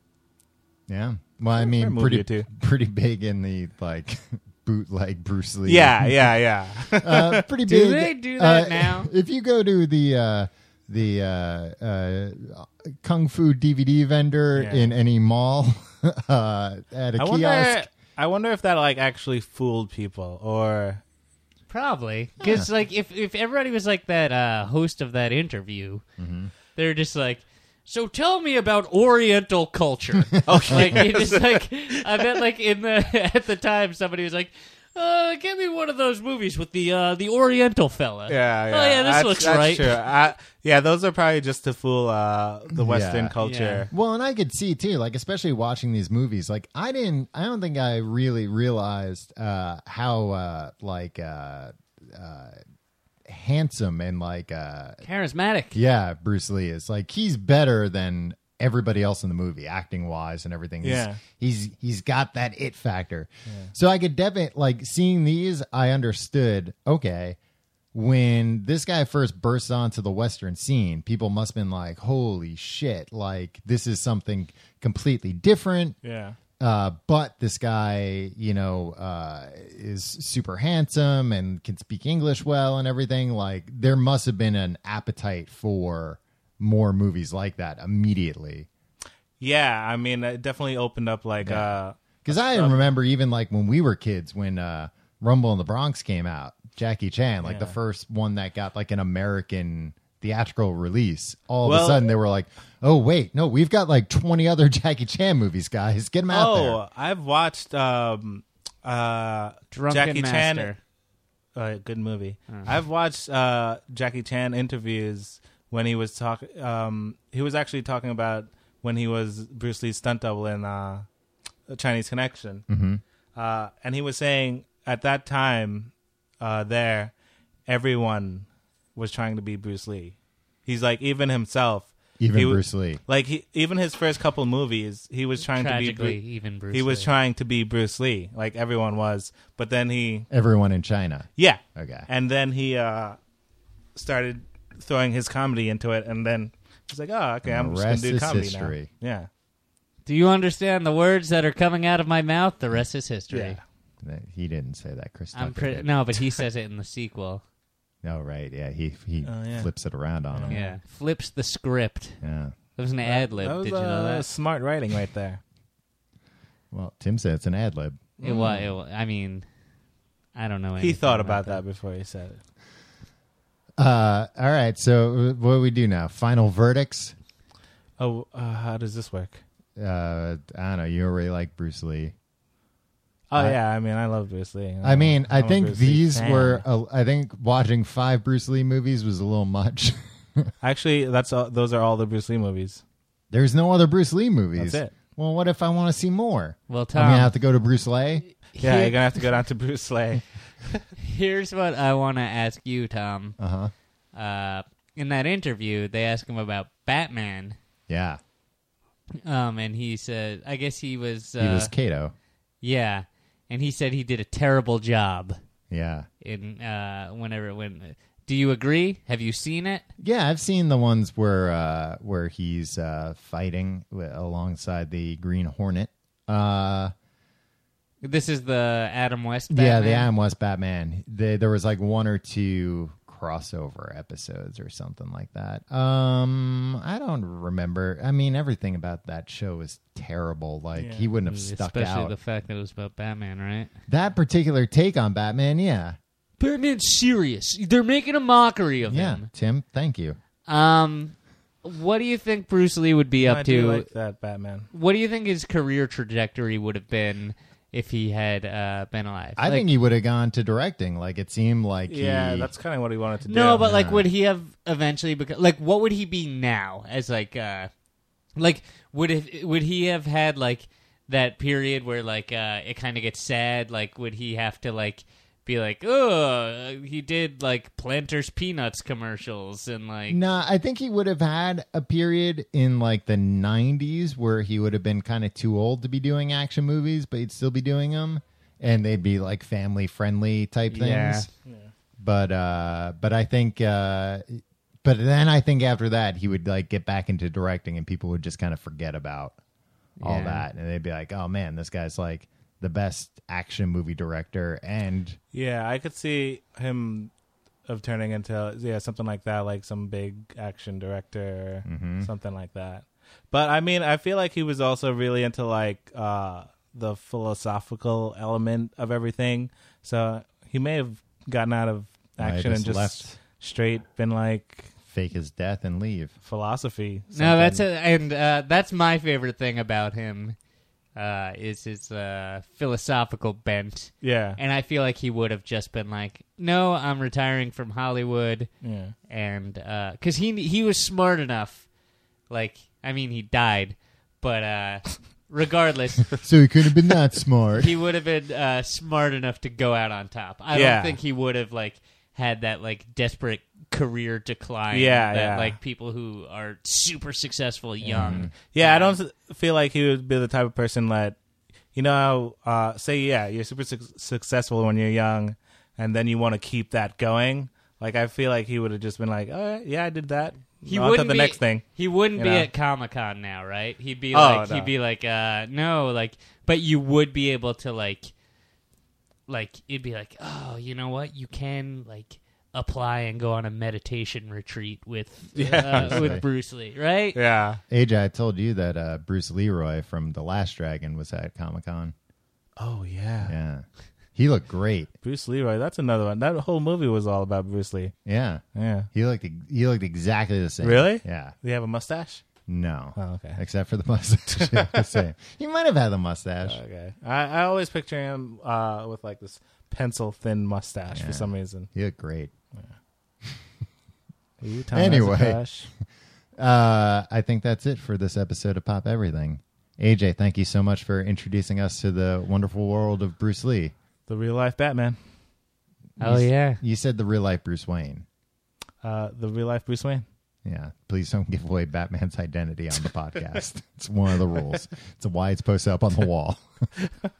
[SPEAKER 6] Yeah. Well, I
[SPEAKER 4] Fair
[SPEAKER 6] mean,
[SPEAKER 4] movie
[SPEAKER 6] pretty
[SPEAKER 4] or two.
[SPEAKER 6] pretty big in the like bootleg Bruce Lee.
[SPEAKER 4] Yeah, yeah, yeah.
[SPEAKER 6] uh, pretty
[SPEAKER 5] Do
[SPEAKER 6] big.
[SPEAKER 5] they do that
[SPEAKER 6] uh,
[SPEAKER 5] now?
[SPEAKER 6] If you go to the uh, the uh, uh, kung fu DVD vendor
[SPEAKER 4] Yeah.
[SPEAKER 6] in any mall uh, at a
[SPEAKER 4] I
[SPEAKER 6] kiosk,
[SPEAKER 4] wonder. I wonder if that like actually fooled people or
[SPEAKER 5] Probably because like if if everybody was like that uh, host of that interview,
[SPEAKER 4] Mm-hmm.
[SPEAKER 5] they're just like. So tell me about Oriental culture. like it is like I bet like in the at the time somebody was like, uh, give me one of those movies with the uh, the Oriental fella.
[SPEAKER 4] Yeah, yeah.
[SPEAKER 5] Oh yeah, this
[SPEAKER 4] That's-
[SPEAKER 5] looks
[SPEAKER 4] that's
[SPEAKER 5] right.
[SPEAKER 4] True. I, yeah, those are probably just to fool uh, the Western
[SPEAKER 6] Yeah.
[SPEAKER 4] culture.
[SPEAKER 6] Well, and I could see too, like especially watching these movies. Like I didn't, I don't think I really realized uh, how uh, like uh, uh, handsome and like uh,
[SPEAKER 5] Charismatic.
[SPEAKER 6] yeah, Bruce Lee is. Like he's better than everybody else in the movie, acting wise and everything.
[SPEAKER 4] Yeah.
[SPEAKER 6] He's, he's he's got that it factor. So I could definitely like seeing these. I understood. Okay. When this guy first bursts onto the Western scene, people must have been like, holy shit, like this is something completely different
[SPEAKER 4] Yeah.
[SPEAKER 6] uh, but this guy, you know, uh, is super handsome and can speak English well and everything. Like, there must have been an appetite for more movies like that immediately.
[SPEAKER 4] Yeah, I mean, it definitely opened up like. Uh,
[SPEAKER 6] Because I remember even like when we were kids, when uh, Rumble in the Bronx came out, Jackie Chan, like the
[SPEAKER 4] Yeah.
[SPEAKER 6] first one that got like an American theatrical release. All of a
[SPEAKER 4] Well-
[SPEAKER 6] sudden, they were like, "Oh wait, no, we've got like twenty other Jackie Chan movies, guys. Get them out there."
[SPEAKER 4] Oh, I've watched um, uh,
[SPEAKER 5] Drunken
[SPEAKER 4] Jackie
[SPEAKER 5] Master.
[SPEAKER 4] Chan. Uh, good movie.
[SPEAKER 6] Uh-huh.
[SPEAKER 4] I've watched uh, Jackie Chan interviews when he was talking. Um, he was actually talking about when he was Bruce Lee's stunt double in uh, Chinese Connection,
[SPEAKER 6] Mhm.
[SPEAKER 4] uh, and he was saying at that time uh, there, everyone was trying to be Bruce Lee. He's like even himself.
[SPEAKER 6] Even
[SPEAKER 4] he wa-
[SPEAKER 6] Bruce Lee.
[SPEAKER 4] Like he, even his first couple movies, he was trying to be
[SPEAKER 5] Tragically,
[SPEAKER 4] Bru-
[SPEAKER 5] even Bruce
[SPEAKER 4] He was
[SPEAKER 5] Lee.
[SPEAKER 4] trying to be Bruce Lee, like everyone was. But then he,
[SPEAKER 6] Everyone in China.
[SPEAKER 4] yeah,
[SPEAKER 6] Okay.
[SPEAKER 4] And then he uh, started throwing his comedy into it, and then he's like, "Oh, okay,
[SPEAKER 6] And
[SPEAKER 4] I'm just
[SPEAKER 6] the
[SPEAKER 4] gonna
[SPEAKER 6] rest
[SPEAKER 4] do
[SPEAKER 6] is
[SPEAKER 4] comedy
[SPEAKER 6] history.
[SPEAKER 4] now." Yeah,
[SPEAKER 5] Do you understand the words that are coming out of my mouth? The rest is history.
[SPEAKER 4] Yeah.
[SPEAKER 6] That- He didn't say that, Chris.
[SPEAKER 5] I'm
[SPEAKER 6] Tucker
[SPEAKER 5] pretty
[SPEAKER 6] did.
[SPEAKER 5] no, but he says it in the sequel.
[SPEAKER 6] No, right? Yeah, he he
[SPEAKER 5] Oh, yeah.
[SPEAKER 6] flips it around on him.
[SPEAKER 5] Yeah, flips the script.
[SPEAKER 6] Yeah.
[SPEAKER 5] That was an ad lib.
[SPEAKER 4] That was,
[SPEAKER 5] Did you know
[SPEAKER 4] uh,
[SPEAKER 5] that?
[SPEAKER 4] Smart writing right there.
[SPEAKER 6] Well, Tim said it's an ad lib.
[SPEAKER 5] It
[SPEAKER 6] Mm.
[SPEAKER 5] was. It wa I mean, I don't know.
[SPEAKER 4] he
[SPEAKER 5] anything
[SPEAKER 4] thought about that before he said it.
[SPEAKER 6] Uh, all right. So uh, what do we do now? Final verdicts.
[SPEAKER 4] Oh, uh, how does this work?
[SPEAKER 6] Uh, I don't know. You already like Bruce Lee.
[SPEAKER 4] Oh
[SPEAKER 6] I-
[SPEAKER 4] yeah, I mean, I love Bruce Lee.
[SPEAKER 6] I mean, I
[SPEAKER 4] I'm a
[SPEAKER 6] think
[SPEAKER 4] Bruce Lee
[SPEAKER 6] these
[SPEAKER 4] fan.
[SPEAKER 6] were. uh, A, I think watching five Bruce Lee movies was a little much.
[SPEAKER 4] actually that's all, those are all the Bruce Lee movies.
[SPEAKER 6] There's no other Bruce Lee movies.
[SPEAKER 4] That's it.
[SPEAKER 6] Well, what if I want to see more?
[SPEAKER 5] Well,
[SPEAKER 6] I'm
[SPEAKER 5] Tom-
[SPEAKER 6] gonna have to go to Bruce Lee.
[SPEAKER 4] Yeah, you're gonna have to go down to Bruce Lee.
[SPEAKER 5] Here's what I want to ask you, Tom.
[SPEAKER 6] Uh-huh.
[SPEAKER 5] Uh, In that interview, they asked him about Batman,
[SPEAKER 6] Yeah,
[SPEAKER 5] um, and he said, "I guess he was." Uh,
[SPEAKER 6] he was Kato.
[SPEAKER 5] Yeah, and he said he did a terrible job.
[SPEAKER 6] Yeah.
[SPEAKER 5] In uh, whenever it went. Do you agree? Have you seen it?
[SPEAKER 6] Yeah, I've seen the ones where uh, where he's uh, fighting wi- alongside the Green Hornet. Uh,
[SPEAKER 5] This is the Adam West.
[SPEAKER 6] yeah, the
[SPEAKER 5] Batman?
[SPEAKER 6] Adam West Batman. They, there was like one or two crossover episodes or something like that. Um, I don't remember. I mean, everything about that show is terrible. Like
[SPEAKER 5] Yeah. mm,
[SPEAKER 6] he wouldn't have stuck
[SPEAKER 5] Especially
[SPEAKER 6] out.
[SPEAKER 5] the fact that it was about Batman, right?
[SPEAKER 6] that particular take on Batman, yeah,
[SPEAKER 5] Batman's serious. They're making a mockery of
[SPEAKER 6] yeah.
[SPEAKER 5] him.
[SPEAKER 6] Tim, thank you.
[SPEAKER 5] Um, what do you think Bruce Lee would be up
[SPEAKER 4] I
[SPEAKER 5] to?
[SPEAKER 4] do like that Batman.
[SPEAKER 5] What do you think his career trajectory would have been if he had uh, been alive?
[SPEAKER 6] I think he would have gone to directing. Like it seemed like
[SPEAKER 4] Yeah,
[SPEAKER 6] he,
[SPEAKER 4] that's kind of what he wanted to do.
[SPEAKER 5] no, but like, would he have eventually become like? What would he be now? As like, uh, like would if would he have had like that period where like uh, it kind of gets sad? Like, would he have to like be like, oh, he did like Planters peanuts commercials and like
[SPEAKER 6] No, I think he would have had a period in like the 90s where he would have been kind of too old to be doing action movies, but he'd still be doing them and they'd be like family friendly type things.
[SPEAKER 5] Yeah. Yeah.
[SPEAKER 6] But uh but I think uh but then I think after that he would like get back into directing and people would just kind of forget about all
[SPEAKER 5] Yeah.
[SPEAKER 6] that and they'd be like, "Oh man, this guy's like the best action movie director and
[SPEAKER 4] Yeah, I could see him of turning into yeah something like that, like some big action director,
[SPEAKER 6] Mhm.
[SPEAKER 4] something like that. But I mean, I feel like he was also really into like uh, the philosophical element of everything. So he may have gotten out of
[SPEAKER 6] Might have
[SPEAKER 4] action and
[SPEAKER 6] just
[SPEAKER 4] just
[SPEAKER 6] left.
[SPEAKER 4] straight been like
[SPEAKER 6] fake his death and leave."
[SPEAKER 4] philosophy.
[SPEAKER 5] No, that's
[SPEAKER 4] something.
[SPEAKER 5] a, and uh, that's my favorite thing about him uh, is his uh, philosophical bent.
[SPEAKER 4] Yeah.
[SPEAKER 5] and I feel like he would have just been like, "No, I'm retiring from Hollywood."
[SPEAKER 4] Yeah.
[SPEAKER 5] and because he he was smart enough, like I mean, he died, but uh, regardless,
[SPEAKER 6] So he could have been that smart.
[SPEAKER 5] he would have been uh, smart enough to go out on top. I
[SPEAKER 4] Yeah.
[SPEAKER 5] don't think he would have like had that like desperate career decline.
[SPEAKER 4] Yeah,
[SPEAKER 5] that
[SPEAKER 4] yeah. Mm-hmm.
[SPEAKER 5] like people who are super successful young.
[SPEAKER 4] Yeah,
[SPEAKER 5] Um,
[SPEAKER 4] I don't feel like he would be the type of person that, you know, uh, say yeah, you're super suc successful when you're young, and then you want to keep that going. Like I feel like he would have just been like, all right, yeah, I did that.
[SPEAKER 5] He
[SPEAKER 4] On to
[SPEAKER 5] wouldn't
[SPEAKER 4] the
[SPEAKER 5] be,
[SPEAKER 4] next thing.
[SPEAKER 5] He wouldn't
[SPEAKER 4] you
[SPEAKER 5] be
[SPEAKER 4] know?
[SPEAKER 5] at Comic Con now, right? He'd be
[SPEAKER 4] Oh,
[SPEAKER 5] like,
[SPEAKER 4] no.
[SPEAKER 5] he'd be like, uh, no, like, but you would be able to like, like, it'd be like, oh, you know what? You can like apply and go on a meditation retreat with
[SPEAKER 4] Yeah.
[SPEAKER 5] uh, with Bruce Lee, right?
[SPEAKER 4] Yeah.
[SPEAKER 6] AJ, I told you that uh, Bruce Leroy from The Last Dragon was at Comic Con.
[SPEAKER 4] Oh yeah.
[SPEAKER 6] Yeah. He looked great.
[SPEAKER 4] Bruce Leroy, that's another one. That whole movie was all about Bruce Lee.
[SPEAKER 6] Yeah,
[SPEAKER 4] yeah.
[SPEAKER 6] He looked he looked exactly the same.
[SPEAKER 4] Really?
[SPEAKER 6] Yeah.
[SPEAKER 4] Do you have a mustache?
[SPEAKER 6] No.
[SPEAKER 4] Oh, okay.
[SPEAKER 6] Except for the mustache, it was the same. He might have had the mustache.
[SPEAKER 4] Okay. I, I always picture him uh, with like this pencil thin mustache
[SPEAKER 6] Yeah.
[SPEAKER 4] for some reason.
[SPEAKER 6] He looked great.
[SPEAKER 4] Ooh, Tom has a
[SPEAKER 6] anyway,
[SPEAKER 4] crush.
[SPEAKER 6] uh, I think that's it for this episode of Pop Everything. AJ, thank you so much for introducing us to the wonderful world of Bruce Lee.
[SPEAKER 4] the real life Batman,
[SPEAKER 6] You
[SPEAKER 5] Oh,
[SPEAKER 6] s-
[SPEAKER 5] yeah.
[SPEAKER 6] You said the real life Bruce Wayne.
[SPEAKER 4] uh, the real life Bruce Wayne.
[SPEAKER 6] Yeah. Please don't give away Batman's identity on the podcast. it's one of the rules. It's why it's posted up on the wall.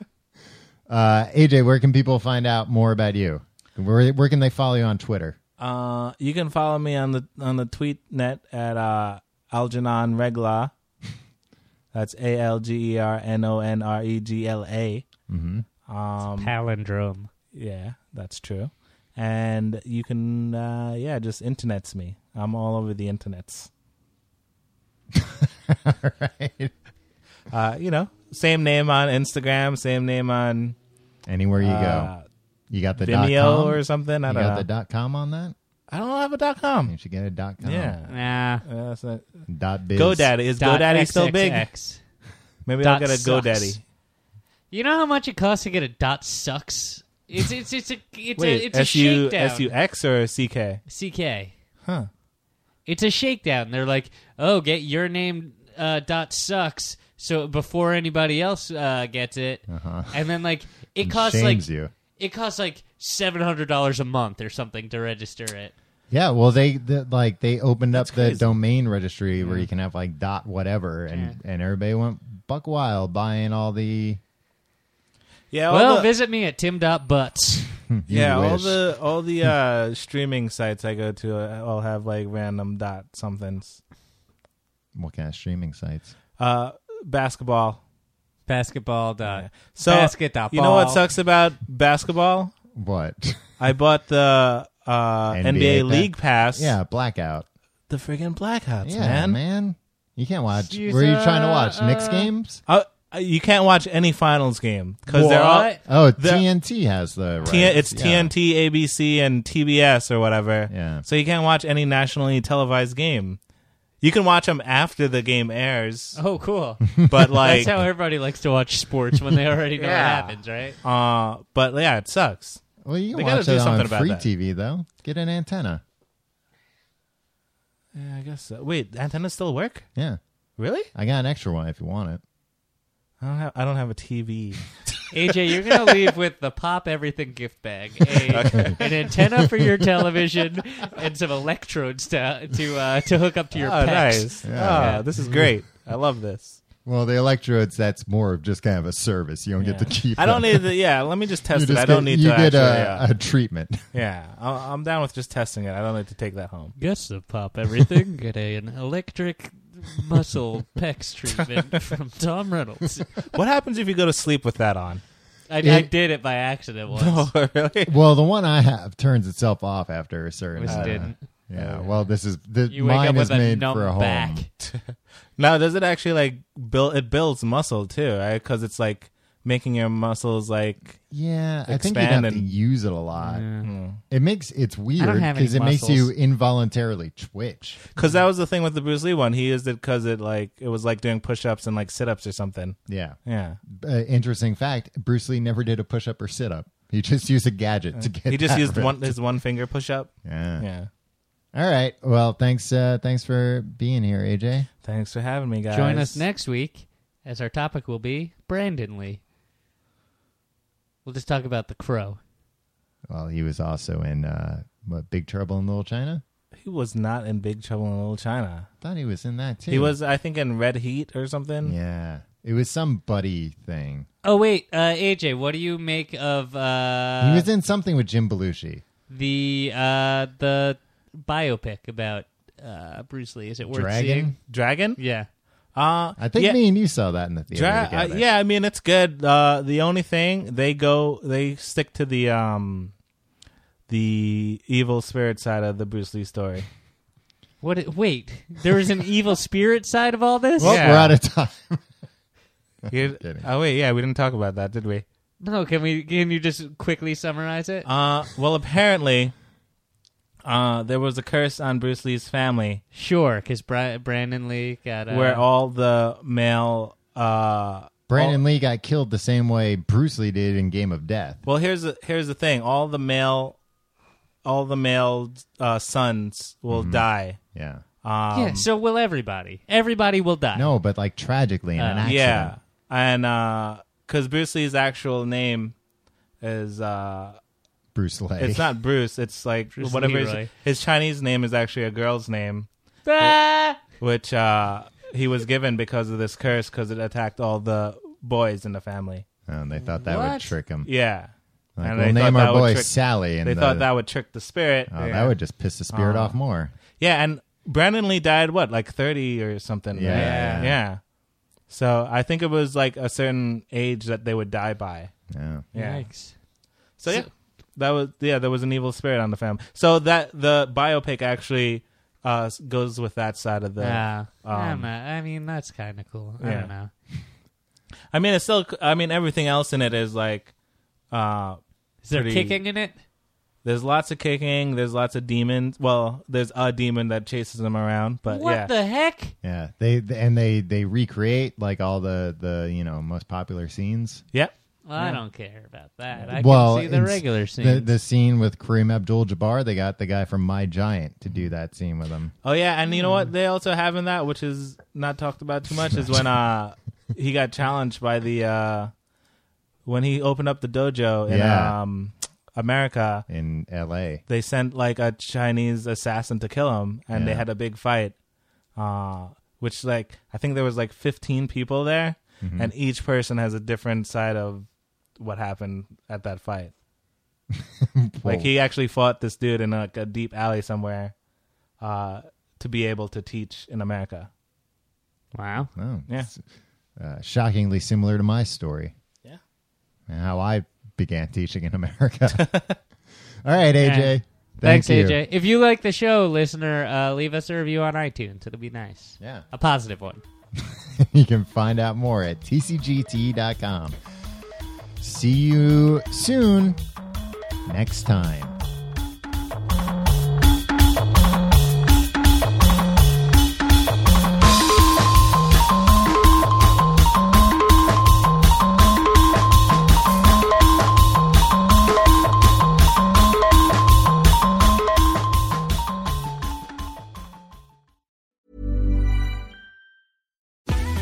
[SPEAKER 6] uh, AJ, where can people find out more about you? Where, where can they follow you on Twitter?
[SPEAKER 4] Uh, you can follow me on the on the tweet net at uh, Algernon Regla. That's A L G E R N O N R E G L A.
[SPEAKER 5] Mhm.
[SPEAKER 4] Um,
[SPEAKER 5] palindrome.
[SPEAKER 4] Yeah, that's true. And you can, uh, yeah, just internets me. I'm all over the internets. all right. Uh, you know, same name on Instagram, same name on
[SPEAKER 6] Anywhere you
[SPEAKER 4] Uh,
[SPEAKER 6] go. You got the dot
[SPEAKER 4] Vimeo
[SPEAKER 6] com?
[SPEAKER 4] or something. I
[SPEAKER 6] you
[SPEAKER 4] don't
[SPEAKER 6] got
[SPEAKER 4] know.
[SPEAKER 6] the Oh. dot com on that?
[SPEAKER 4] I don't have a dot com.
[SPEAKER 6] You should get a dot com.
[SPEAKER 4] Yeah.
[SPEAKER 5] Nah.
[SPEAKER 4] that's not,
[SPEAKER 6] Dot biz.
[SPEAKER 4] GoDaddy. Is
[SPEAKER 5] Dot
[SPEAKER 4] GoDaddy still big?
[SPEAKER 5] XXX.
[SPEAKER 4] Maybe
[SPEAKER 5] Dot
[SPEAKER 4] I'll get a
[SPEAKER 5] sucks.
[SPEAKER 4] GoDaddy.
[SPEAKER 5] You know how much it costs to get a dot sucks? It's it's it's a it's
[SPEAKER 4] Wait,
[SPEAKER 5] a it's a
[SPEAKER 4] SU,
[SPEAKER 5] shakedown.
[SPEAKER 4] SUX or CK?
[SPEAKER 5] CK.
[SPEAKER 4] Huh.
[SPEAKER 5] It's a shakedown. They're like, oh, get your name uh, dot sucks. So before anybody else uh, gets it,
[SPEAKER 6] Uh-huh.
[SPEAKER 5] and then like it
[SPEAKER 6] And
[SPEAKER 5] costs like
[SPEAKER 6] shames you.
[SPEAKER 5] it costs like seven hundred dollars a month or something to register it.
[SPEAKER 6] Yeah, well, they the, like they opened up the domain registry where you can have like dot whatever, and and everybody went buck wild buying all the.
[SPEAKER 4] Yeah. all
[SPEAKER 5] well,
[SPEAKER 4] the-
[SPEAKER 5] visit me at tim.butts.
[SPEAKER 4] yeah, all
[SPEAKER 6] hmm, wish.
[SPEAKER 4] the all the uh, streaming sites I go to uh, all have like random dot somethings.
[SPEAKER 6] What kind of streaming sites?
[SPEAKER 4] Uh, basketball.
[SPEAKER 5] Basketball dot.
[SPEAKER 4] So
[SPEAKER 5] basket dot
[SPEAKER 4] you know what
[SPEAKER 5] ball.
[SPEAKER 4] sucks about basketball?
[SPEAKER 6] What?
[SPEAKER 4] I bought the uh, NBA,
[SPEAKER 6] pa-
[SPEAKER 4] League Pass.
[SPEAKER 6] Yeah, blackout.
[SPEAKER 4] The friggin' blackouts,
[SPEAKER 6] Yeah,
[SPEAKER 4] man.
[SPEAKER 6] man. You can't watch.
[SPEAKER 4] She's,
[SPEAKER 6] Were you trying to
[SPEAKER 4] uh,
[SPEAKER 6] watch Knicks
[SPEAKER 4] uh,
[SPEAKER 6] games?
[SPEAKER 4] Uh, you can't watch any finals game because they're all
[SPEAKER 6] Oh,
[SPEAKER 4] they're-
[SPEAKER 6] TNT has the. Rights.
[SPEAKER 4] T- it's
[SPEAKER 6] yeah.
[SPEAKER 4] TNT, ABC, and TBS or whatever.
[SPEAKER 6] Yeah.
[SPEAKER 4] So you can't watch any nationally televised game. You can watch them after the game airs.
[SPEAKER 5] Oh, cool.
[SPEAKER 4] But like,
[SPEAKER 5] that's how everybody likes to watch sports when they already know
[SPEAKER 4] Yeah.
[SPEAKER 5] what happens, right?
[SPEAKER 4] uh, but yeah, it sucks.
[SPEAKER 6] Well, you
[SPEAKER 4] They
[SPEAKER 6] can
[SPEAKER 4] gotta
[SPEAKER 6] watch
[SPEAKER 4] do
[SPEAKER 6] it
[SPEAKER 4] something
[SPEAKER 6] on
[SPEAKER 4] about
[SPEAKER 6] free
[SPEAKER 4] that.
[SPEAKER 6] TV though. Get an antenna.
[SPEAKER 4] Yeah, I guess. So. Wait, antennas still work?
[SPEAKER 6] Yeah,
[SPEAKER 4] Really?
[SPEAKER 6] I got an extra one if you want it.
[SPEAKER 4] I don't have. I don't have a TV.
[SPEAKER 5] AJ, you're gonna leave with the pop everything gift bag, a, an antenna for your television, and some electrodes to to uh, to hook up to your
[SPEAKER 4] oh,
[SPEAKER 5] pecs.
[SPEAKER 4] nice.
[SPEAKER 6] Yeah.
[SPEAKER 4] Oh, this is great. I love this.
[SPEAKER 6] Well, the electrodes, that's more of just kind of a service. You don't get to keep
[SPEAKER 4] I don't
[SPEAKER 6] them.
[SPEAKER 4] need the. Yeah, let me just test
[SPEAKER 6] You
[SPEAKER 4] it.
[SPEAKER 6] just
[SPEAKER 4] I don't
[SPEAKER 6] get-
[SPEAKER 4] need
[SPEAKER 6] you
[SPEAKER 4] to
[SPEAKER 6] get
[SPEAKER 4] actually.
[SPEAKER 6] a-
[SPEAKER 4] yeah.
[SPEAKER 6] a treatment.
[SPEAKER 4] Yeah, I- I'm down with just testing it. I don't need to take that home.
[SPEAKER 5] Guess the pop everything. Get a, an electric muscle pecs treatment from Tom Reynolds.
[SPEAKER 4] What happens if you go to sleep with that on?
[SPEAKER 5] I, I
[SPEAKER 6] It-
[SPEAKER 5] did it by accident once.
[SPEAKER 4] Oh, really?
[SPEAKER 6] Well, the one I have turns itself off after a certain.
[SPEAKER 5] This
[SPEAKER 6] amount.
[SPEAKER 5] didn't.
[SPEAKER 6] Yeah. Well, this is the,
[SPEAKER 5] You wake
[SPEAKER 6] mine
[SPEAKER 5] up
[SPEAKER 6] is
[SPEAKER 5] with a
[SPEAKER 6] made
[SPEAKER 5] numb
[SPEAKER 6] for a home.
[SPEAKER 5] back.
[SPEAKER 4] Now, does it actually like build? It builds muscle too, right? Because it's like making your muscles like
[SPEAKER 6] Yeah, I think you have
[SPEAKER 4] Expand
[SPEAKER 6] to
[SPEAKER 4] and-
[SPEAKER 6] use it a lot. It makes it's weird
[SPEAKER 5] have any
[SPEAKER 6] because it makes you
[SPEAKER 5] muscles.
[SPEAKER 6] involuntarily twitch.
[SPEAKER 4] because that was the thing with the Bruce Lee one. He used it because it like it was like doing push ups and like sit ups or something.
[SPEAKER 6] Yeah.
[SPEAKER 4] Yeah,
[SPEAKER 6] Uh, interesting fact: Bruce Lee never did a push up or sit up. He just used a gadget
[SPEAKER 5] Uh,
[SPEAKER 6] to get.
[SPEAKER 4] he just
[SPEAKER 6] that
[SPEAKER 4] used
[SPEAKER 6] ripped.
[SPEAKER 4] one his one finger push up.
[SPEAKER 6] Yeah.
[SPEAKER 4] Yeah.
[SPEAKER 6] All right. Well, thanks. Uh, thanks for being here, AJ.
[SPEAKER 4] Thanks for having me, guys.
[SPEAKER 5] Join us next week as our topic will be Brandon Lee. We'll just talk about the crow.
[SPEAKER 6] Well, he was also in uh, what Big Trouble in Little China.
[SPEAKER 4] He was not in Big Trouble in Little China.
[SPEAKER 6] Thought he was in that too.
[SPEAKER 4] He was, I think, in Red Heat or something.
[SPEAKER 6] Yeah, it was some buddy thing.
[SPEAKER 5] Oh wait, uh, AJ, what do you make of uh,
[SPEAKER 6] he was in something with Jim Belushi.
[SPEAKER 5] the uh, the biopic about uh, Bruce Lee? Is it worth
[SPEAKER 6] Dragon?
[SPEAKER 5] seeing?
[SPEAKER 4] Dragon.
[SPEAKER 5] Yeah,
[SPEAKER 4] Uh,
[SPEAKER 6] I think
[SPEAKER 4] yeah.
[SPEAKER 6] me and you saw that in the theater
[SPEAKER 4] Dra- uh,
[SPEAKER 6] together.
[SPEAKER 4] yeah, I mean it's good. Uh, the only thing they go, they stick to the um, the evil spirit side of the Bruce Lee story.
[SPEAKER 5] What? it- Wait, there was an evil spirit side of all this.
[SPEAKER 6] Well,
[SPEAKER 4] Yeah.
[SPEAKER 6] we're out of time.
[SPEAKER 4] You-
[SPEAKER 6] kidding.
[SPEAKER 4] oh wait, yeah, we didn't talk about that, did we?
[SPEAKER 5] No, can we? Can you just quickly summarize it?
[SPEAKER 4] Uh, well, apparently, uh, there was a curse on Bruce Lee's family.
[SPEAKER 5] Sure, because Brandon Lee got uh,
[SPEAKER 4] where all the male. Uh,
[SPEAKER 6] Brandon Lee got killed the same way Bruce Lee did in Game of Death.
[SPEAKER 4] Well, here's the, here's the thing: all the male, all the male uh, sons will
[SPEAKER 6] Mhm.
[SPEAKER 4] die.
[SPEAKER 6] Yeah.
[SPEAKER 4] Um,
[SPEAKER 5] yeah, so will everybody. Everybody will die.
[SPEAKER 6] No, but like tragically in an
[SPEAKER 4] Uh,
[SPEAKER 6] accident.
[SPEAKER 4] Yeah, and because Bruce Lee's actual name is uh,
[SPEAKER 6] Bruce Lee.
[SPEAKER 4] It's not Bruce. It's like
[SPEAKER 6] Bruce
[SPEAKER 4] whatever his,
[SPEAKER 6] Leroy.
[SPEAKER 4] his Chinese name is actually a girl's name,
[SPEAKER 5] Ah!
[SPEAKER 4] which uh, he was given because of this curse because it attacked all the boys in the family.
[SPEAKER 6] And Oh, they thought that would
[SPEAKER 4] What?
[SPEAKER 6] trick him.
[SPEAKER 4] Yeah.
[SPEAKER 6] Like,
[SPEAKER 4] And
[SPEAKER 6] we'll
[SPEAKER 4] they
[SPEAKER 6] name
[SPEAKER 4] thought
[SPEAKER 6] our
[SPEAKER 4] that would
[SPEAKER 6] boy
[SPEAKER 4] trick-
[SPEAKER 6] Sally. And
[SPEAKER 4] they
[SPEAKER 6] the-
[SPEAKER 4] thought that would trick the spirit.
[SPEAKER 6] Oh,
[SPEAKER 4] Yeah.
[SPEAKER 6] That would just piss the spirit
[SPEAKER 4] Uh,
[SPEAKER 6] off more.
[SPEAKER 4] Yeah, and Brandon Lee died what, like thirty or something?
[SPEAKER 6] Yeah.
[SPEAKER 4] right?
[SPEAKER 6] Yeah.
[SPEAKER 4] yeah. So I think it was like a certain age that they would die by.
[SPEAKER 6] Yeah.
[SPEAKER 4] Yeah.
[SPEAKER 5] Yikes.
[SPEAKER 4] So yeah,
[SPEAKER 5] So-
[SPEAKER 4] that was yeah. There was an evil spirit on the family. So that the biopic actually uh, s- goes with that side of the.
[SPEAKER 5] Yeah.
[SPEAKER 4] um,
[SPEAKER 5] Ah, I'm a- I mean, that's kind of cool. I
[SPEAKER 4] yeah.
[SPEAKER 5] don't know.
[SPEAKER 4] I mean, it's still. I mean, everything else in it is like. Uh,
[SPEAKER 5] Is there
[SPEAKER 4] pretty-
[SPEAKER 5] kicking in it?
[SPEAKER 4] There's lots of kicking. There's lots of demons. Well, there's a demon that chases them around, but
[SPEAKER 5] What
[SPEAKER 4] yeah.
[SPEAKER 5] the heck?
[SPEAKER 6] Yeah. They th- and they they recreate like all the the you know most popular scenes.
[SPEAKER 4] Yep.
[SPEAKER 5] Well, I don't care about that. I
[SPEAKER 6] well,
[SPEAKER 5] can see the
[SPEAKER 6] it's-
[SPEAKER 5] regular scene.
[SPEAKER 6] The, the scene with Kareem Abdul-Jabbar, they got the guy from My Giant to do that scene with him.
[SPEAKER 4] Oh yeah, and you know what they also have in that, which is not talked about too much, is when uh he got challenged by the uh when he opened up the dojo in
[SPEAKER 6] Yeah.
[SPEAKER 4] um America
[SPEAKER 6] in L.A.
[SPEAKER 4] They sent like a Chinese assassin to kill him, and they
[SPEAKER 6] Yeah.
[SPEAKER 4] had a big fight. Uh which like I think there was like fifteen people there,
[SPEAKER 6] Mhm.
[SPEAKER 4] and each person has a different side of what happened at that fight. Like he actually fought this dude in like a deep alley somewhere uh, to be able to teach in America.
[SPEAKER 5] Wow.
[SPEAKER 6] Oh,
[SPEAKER 4] Yeah.
[SPEAKER 6] it's, Uh, shockingly similar to my story.
[SPEAKER 4] Yeah.
[SPEAKER 6] And how I began teaching in America. all right, AJ.
[SPEAKER 5] Yeah.
[SPEAKER 6] Thank
[SPEAKER 5] Thanks,
[SPEAKER 6] you.
[SPEAKER 5] AJ. If you like the show, listener, uh, leave us a review on iTunes. It'll be nice.
[SPEAKER 6] Yeah.
[SPEAKER 5] A positive one.
[SPEAKER 6] you can find out more at tcgt.com. See you soon next time.